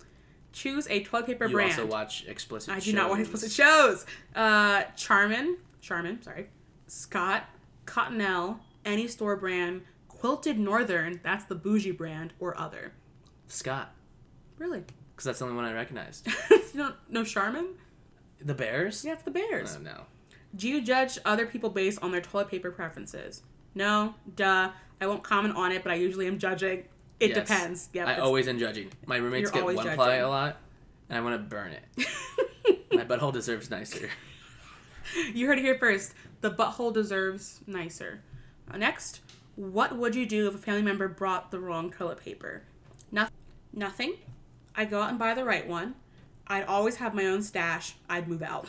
[SPEAKER 1] Choose a toilet paper
[SPEAKER 2] You
[SPEAKER 1] brand.
[SPEAKER 2] also watch explicit
[SPEAKER 1] I do not want
[SPEAKER 2] shows.
[SPEAKER 1] explicit (laughs) shows. Uh, Charmin, Charmin, sorry, Scott, Cottonelle, any store brand, Quilted Northern, that's the bougie brand, or other.
[SPEAKER 2] Scott.
[SPEAKER 1] Really? (laughs)
[SPEAKER 2] Because that's the only one I recognized.
[SPEAKER 1] you don't know Charmin?
[SPEAKER 2] the Bears?
[SPEAKER 1] Yeah, it's the Bears.
[SPEAKER 2] Oh, no.
[SPEAKER 1] Do you judge other people based on their toilet paper preferences? No, duh. I won't comment on it, but I usually am judging. It
[SPEAKER 2] Yes.
[SPEAKER 1] depends. Yep.
[SPEAKER 2] I
[SPEAKER 1] it's-
[SPEAKER 2] always am judging. My roommates
[SPEAKER 1] You're
[SPEAKER 2] get one
[SPEAKER 1] always
[SPEAKER 2] ply
[SPEAKER 1] judging.
[SPEAKER 2] a lot, and I want to burn it.
[SPEAKER 1] (laughs)
[SPEAKER 2] My butthole deserves nicer.
[SPEAKER 1] You heard it here first. The butthole deserves nicer. Uh, Next, what would you do if a family member brought the wrong toilet paper? Nothing. Nothing. I go out and buy the right one. I'd always have my own stash. I'd move out.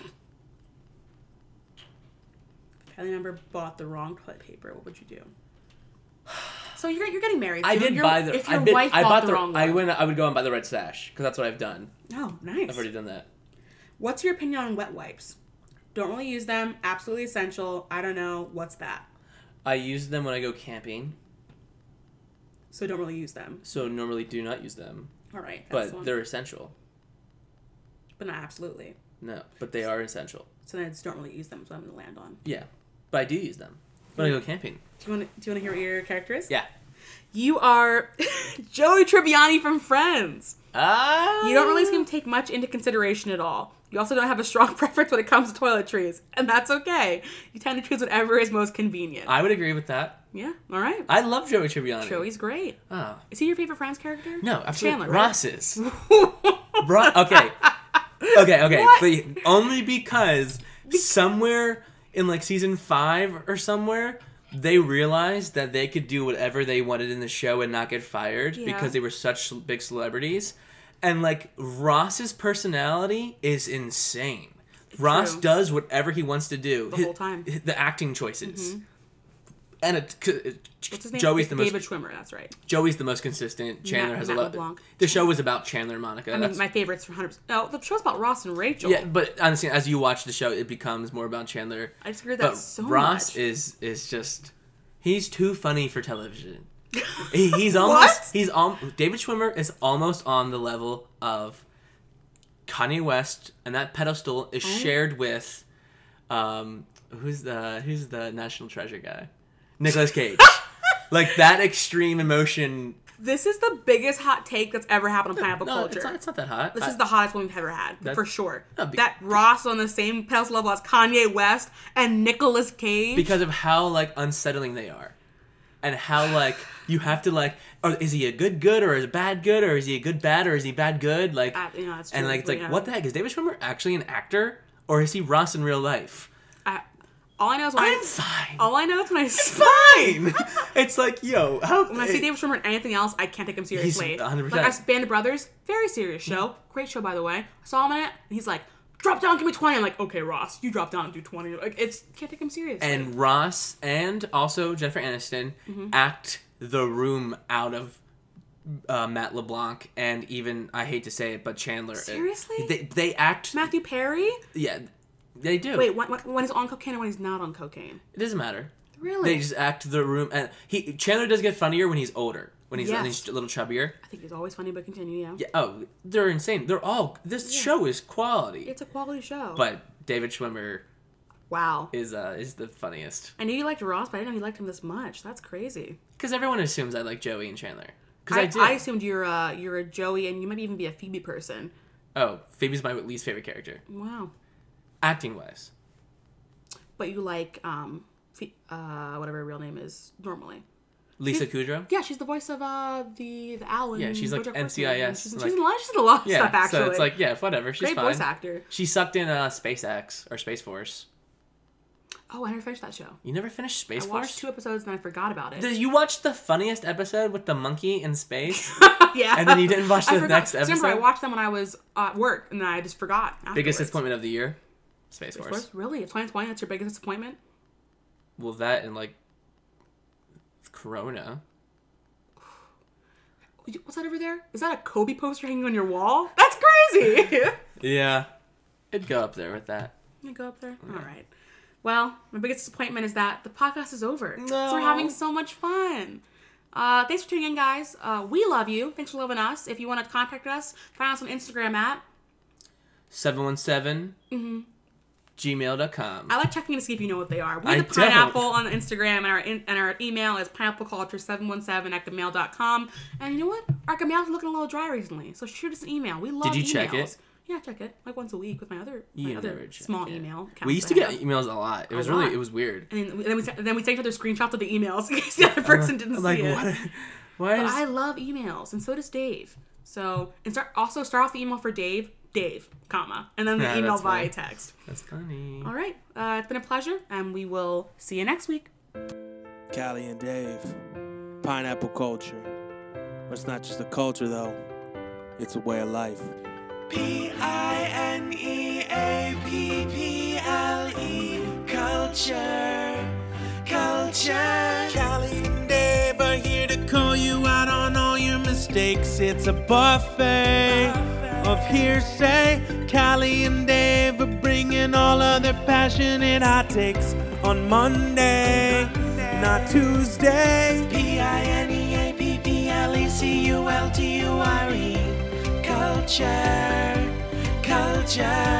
[SPEAKER 1] If a family member bought the wrong toilet paper. What would you do? So you're, you're getting married. So
[SPEAKER 2] I did
[SPEAKER 1] your-
[SPEAKER 2] buy the.
[SPEAKER 1] If your
[SPEAKER 2] I, did,
[SPEAKER 1] wife
[SPEAKER 2] I
[SPEAKER 1] bought,
[SPEAKER 2] bought
[SPEAKER 1] the, wrong
[SPEAKER 2] I
[SPEAKER 1] one.
[SPEAKER 2] went. I would go and buy the red sash because that's what I've done.
[SPEAKER 1] oh, nice.
[SPEAKER 2] I've already done that.
[SPEAKER 1] What's your opinion on wet wipes? Don't really use them. Absolutely essential. I don't know. What's that?
[SPEAKER 2] I use them when I go camping,
[SPEAKER 1] So don't really use them.
[SPEAKER 2] so normally do not use them,
[SPEAKER 1] All right, that's
[SPEAKER 2] but
[SPEAKER 1] one.
[SPEAKER 2] they're essential.
[SPEAKER 1] but not absolutely.
[SPEAKER 2] No, but they are essential.
[SPEAKER 1] So then I just don't really use them. So I'm gonna land on.
[SPEAKER 2] Yeah, but I do use them when I go camping.
[SPEAKER 1] Do you want to? Do you want to hear what your character is?
[SPEAKER 2] Yeah.
[SPEAKER 1] You are (laughs) Joey Tribbiani from Friends.
[SPEAKER 2] Ah.
[SPEAKER 1] You don't really seem to take much into consideration at all. You also don't have a strong (laughs) preference when it comes to toiletries, and that's okay. You tend to choose whatever is most convenient.
[SPEAKER 2] I would agree with that.
[SPEAKER 1] yeah. All right.
[SPEAKER 2] I love Joey Tribbiani.
[SPEAKER 1] Joey's great.
[SPEAKER 2] Oh.
[SPEAKER 1] Is he your favorite Friends character? (laughs)
[SPEAKER 2] No, absolutely.
[SPEAKER 1] Chandler, right?
[SPEAKER 2] Ross is. Ro-
[SPEAKER 1] (laughs)
[SPEAKER 2] okay. Okay, okay.
[SPEAKER 1] What?
[SPEAKER 2] But only because, somewhere in like season five or somewhere, they realized that they could do whatever they wanted in the show and not get fired
[SPEAKER 1] Yeah.
[SPEAKER 2] because they were such big celebrities. And like Ross's personality is insane. Ross
[SPEAKER 1] True.
[SPEAKER 2] does whatever he wants to do the
[SPEAKER 1] whole time. Mm-hmm.
[SPEAKER 2] The acting choices. And it,
[SPEAKER 1] What's his name?
[SPEAKER 2] Joey's the most
[SPEAKER 1] David Schwimmer. That's right.
[SPEAKER 2] Joey's the most consistent. Chandler has
[SPEAKER 1] Matt
[SPEAKER 2] a lot.
[SPEAKER 1] LeBlanc.
[SPEAKER 2] The show was about Chandler and Monica.
[SPEAKER 1] I mean,
[SPEAKER 2] That's-
[SPEAKER 1] my favorites from 100. No, the show's about Ross and Rachel. (laughs)
[SPEAKER 2] yeah, but honestly, as you watch the show, it becomes more about Chandler.
[SPEAKER 1] I just agree with
[SPEAKER 2] but
[SPEAKER 1] that so much.
[SPEAKER 2] Ross is is just he's too funny for television.
[SPEAKER 1] (laughs)
[SPEAKER 2] He, he's almost
[SPEAKER 1] What?
[SPEAKER 2] he's al- David Schwimmer is almost on the level of Kanye West, and that pedestal
[SPEAKER 1] Oh.
[SPEAKER 2] is shared with um who's the who's the National Treasure guy,
[SPEAKER 1] (laughs)
[SPEAKER 2] Nicolas Cage. like that extreme emotion.
[SPEAKER 1] This is the biggest hot take that's ever happened on pineapple
[SPEAKER 2] No,
[SPEAKER 1] culture.
[SPEAKER 2] it's not, it's not that hot.
[SPEAKER 1] this
[SPEAKER 2] I-
[SPEAKER 1] is the hottest one we've ever had,
[SPEAKER 2] That-
[SPEAKER 1] for sure.
[SPEAKER 2] No, be-
[SPEAKER 1] that Ross on the same pedestal level as Kanye West and Nicolas Cage.
[SPEAKER 2] because of how like unsettling they are and how like you have to like or is he a good good or is a bad good or is he a good bad or is he bad good like
[SPEAKER 1] Uh, you know, that's
[SPEAKER 2] and
[SPEAKER 1] true.
[SPEAKER 2] like it's like
[SPEAKER 1] Yeah.
[SPEAKER 2] what the heck is david schwimmer actually an actor or is he ross in real life
[SPEAKER 1] I, all I know is when
[SPEAKER 2] i'm
[SPEAKER 1] I, Oh.
[SPEAKER 2] fine
[SPEAKER 1] all I know is when I s-
[SPEAKER 2] fine
[SPEAKER 1] (laughs)
[SPEAKER 2] it's like yo how
[SPEAKER 1] when I see David Schwimmer in anything else, I can't take him seriously.
[SPEAKER 2] 100%.
[SPEAKER 1] Like I s- Band of Brothers, very serious show, great show by the way. I saw him in it, and he's like, "Drop down, give me 20. I'm like, "Okay, Ross, you drop down and do 20. Like it's can't take him seriously.
[SPEAKER 2] and ross and also jennifer aniston
[SPEAKER 1] Mm-hmm.
[SPEAKER 2] act the room out of uh, Matt LeBlanc and even I hate to say it, but Chandler.
[SPEAKER 1] Seriously?
[SPEAKER 2] they, they act.
[SPEAKER 1] Matthew Perry.
[SPEAKER 2] Yeah, they do.
[SPEAKER 1] Wait, when, when- when he's on cocaine and when he's not on cocaine?
[SPEAKER 2] It doesn't matter.
[SPEAKER 1] Really?
[SPEAKER 2] They just act the room, and he Chandler does get funnier when he's older, when he's, when
[SPEAKER 1] Yes.
[SPEAKER 2] he's a little chubbier.
[SPEAKER 1] I think he's always funny, but continue. Yeah.
[SPEAKER 2] Yeah, oh, they're insane. They're all. This show is quality,
[SPEAKER 1] It's a quality show.
[SPEAKER 2] but David Schwimmer
[SPEAKER 1] wow.
[SPEAKER 2] is uh is the funniest
[SPEAKER 1] I knew you liked Ross, but I didn't know you liked him this much. That's crazy.
[SPEAKER 2] because everyone assumes I like Joey and Chandler because I,
[SPEAKER 1] I, uh,
[SPEAKER 2] do.
[SPEAKER 1] I assumed you're a you're a Joey, and you might even be a Phoebe person.
[SPEAKER 2] Oh, Phoebe's my least favorite character,
[SPEAKER 1] Wow.
[SPEAKER 2] acting wise.
[SPEAKER 1] But you like um, Fe- uh, whatever her real name is normally.
[SPEAKER 2] Lisa Kudrow.
[SPEAKER 1] Yeah, she's the voice of uh the the owl. in
[SPEAKER 2] Yeah, she's like
[SPEAKER 1] BoJack Horseman.
[SPEAKER 2] NCIS,
[SPEAKER 1] She's, in-
[SPEAKER 2] like-
[SPEAKER 1] she's in a lot. She's in a lot of
[SPEAKER 2] Yeah,
[SPEAKER 1] stuff actually.
[SPEAKER 2] so it's like yeah, whatever. She's
[SPEAKER 1] great
[SPEAKER 2] fine.
[SPEAKER 1] voice actor.
[SPEAKER 2] She sucked in uh, SpaceX or Space Force.
[SPEAKER 1] Oh, I never finished that show.
[SPEAKER 2] You never finished Space
[SPEAKER 1] I
[SPEAKER 2] Force.
[SPEAKER 1] watched two episodes and I forgot about (laughs) it.
[SPEAKER 2] Did you watch the funniest episode with the monkey
[SPEAKER 1] (laughs)
[SPEAKER 2] in space?
[SPEAKER 1] yeah.
[SPEAKER 2] and then you
[SPEAKER 1] (laughs)
[SPEAKER 2] didn't watch
[SPEAKER 1] I
[SPEAKER 2] the
[SPEAKER 1] forgot.
[SPEAKER 2] next
[SPEAKER 1] So Remember, I
[SPEAKER 2] episode?
[SPEAKER 1] watched them when I was at work and then I just forgot. Afterwards.
[SPEAKER 2] Biggest disappointment of the year, Space,
[SPEAKER 1] Of
[SPEAKER 2] Force.
[SPEAKER 1] course, Really, 2020. That's your biggest disappointment.
[SPEAKER 2] Well, that and like Corona.
[SPEAKER 1] What's that over there? Is that a Kobe poster hanging on your wall? That's crazy.
[SPEAKER 2] Yeah, it'd go up there with that.
[SPEAKER 1] You go up there. All right. Well, my biggest disappointment is that the podcast is over.
[SPEAKER 2] No.
[SPEAKER 1] So we're having so much fun. Uh, thanks for tuning in, guys. Uh, we love you. Thanks for loving us. If you want to contact us, find us on Instagram at.
[SPEAKER 2] Seven one seven. Gmail.com.
[SPEAKER 1] Mm-hmm. I like checking to see if you know what they are. We're
[SPEAKER 2] I
[SPEAKER 1] the
[SPEAKER 2] don't.
[SPEAKER 1] pineapple on Instagram, and our in, and our email is pineappleculture717 at gmail.com. And you know what? Our gmail's looking a little dry recently, so shoot us an email. We love
[SPEAKER 2] Did you check
[SPEAKER 1] emails.
[SPEAKER 2] it?
[SPEAKER 1] Yeah, I check it like once a week with my other, my
[SPEAKER 2] You never
[SPEAKER 1] other
[SPEAKER 2] check
[SPEAKER 1] small
[SPEAKER 2] it.
[SPEAKER 1] email.
[SPEAKER 2] We
[SPEAKER 1] accounts
[SPEAKER 2] used to
[SPEAKER 1] that I
[SPEAKER 2] get
[SPEAKER 1] have.
[SPEAKER 2] emails a lot. It was
[SPEAKER 1] lot.
[SPEAKER 2] really, it was weird.
[SPEAKER 1] And then, then we then we sent other screenshots of the emails (laughs) in case the other person didn't
[SPEAKER 2] like,
[SPEAKER 1] see it.
[SPEAKER 2] what? (laughs) Why
[SPEAKER 1] But
[SPEAKER 2] is
[SPEAKER 1] I love emails, and so does Dave. So and start also start off the email for Dave, Dave, comma, and then the
[SPEAKER 2] Yeah,
[SPEAKER 1] email
[SPEAKER 2] that's
[SPEAKER 1] via
[SPEAKER 2] funny.
[SPEAKER 1] text.
[SPEAKER 2] that's funny?
[SPEAKER 1] All right, uh, it's been a pleasure, and we will see you next week.
[SPEAKER 3] Callie and Dave. Pineapple culture. It's not just a culture, though, it's a way of life.
[SPEAKER 4] P I N E A P P L E culture, culture.
[SPEAKER 3] Callie and Dave are here to call you out on all your mistakes. It's a buffet, of hearsay. Callie and Dave are bringing all of their passionate hot takes on Monday, not Tuesday.
[SPEAKER 4] P I N E A P P L E C U L T U R E culture, culture.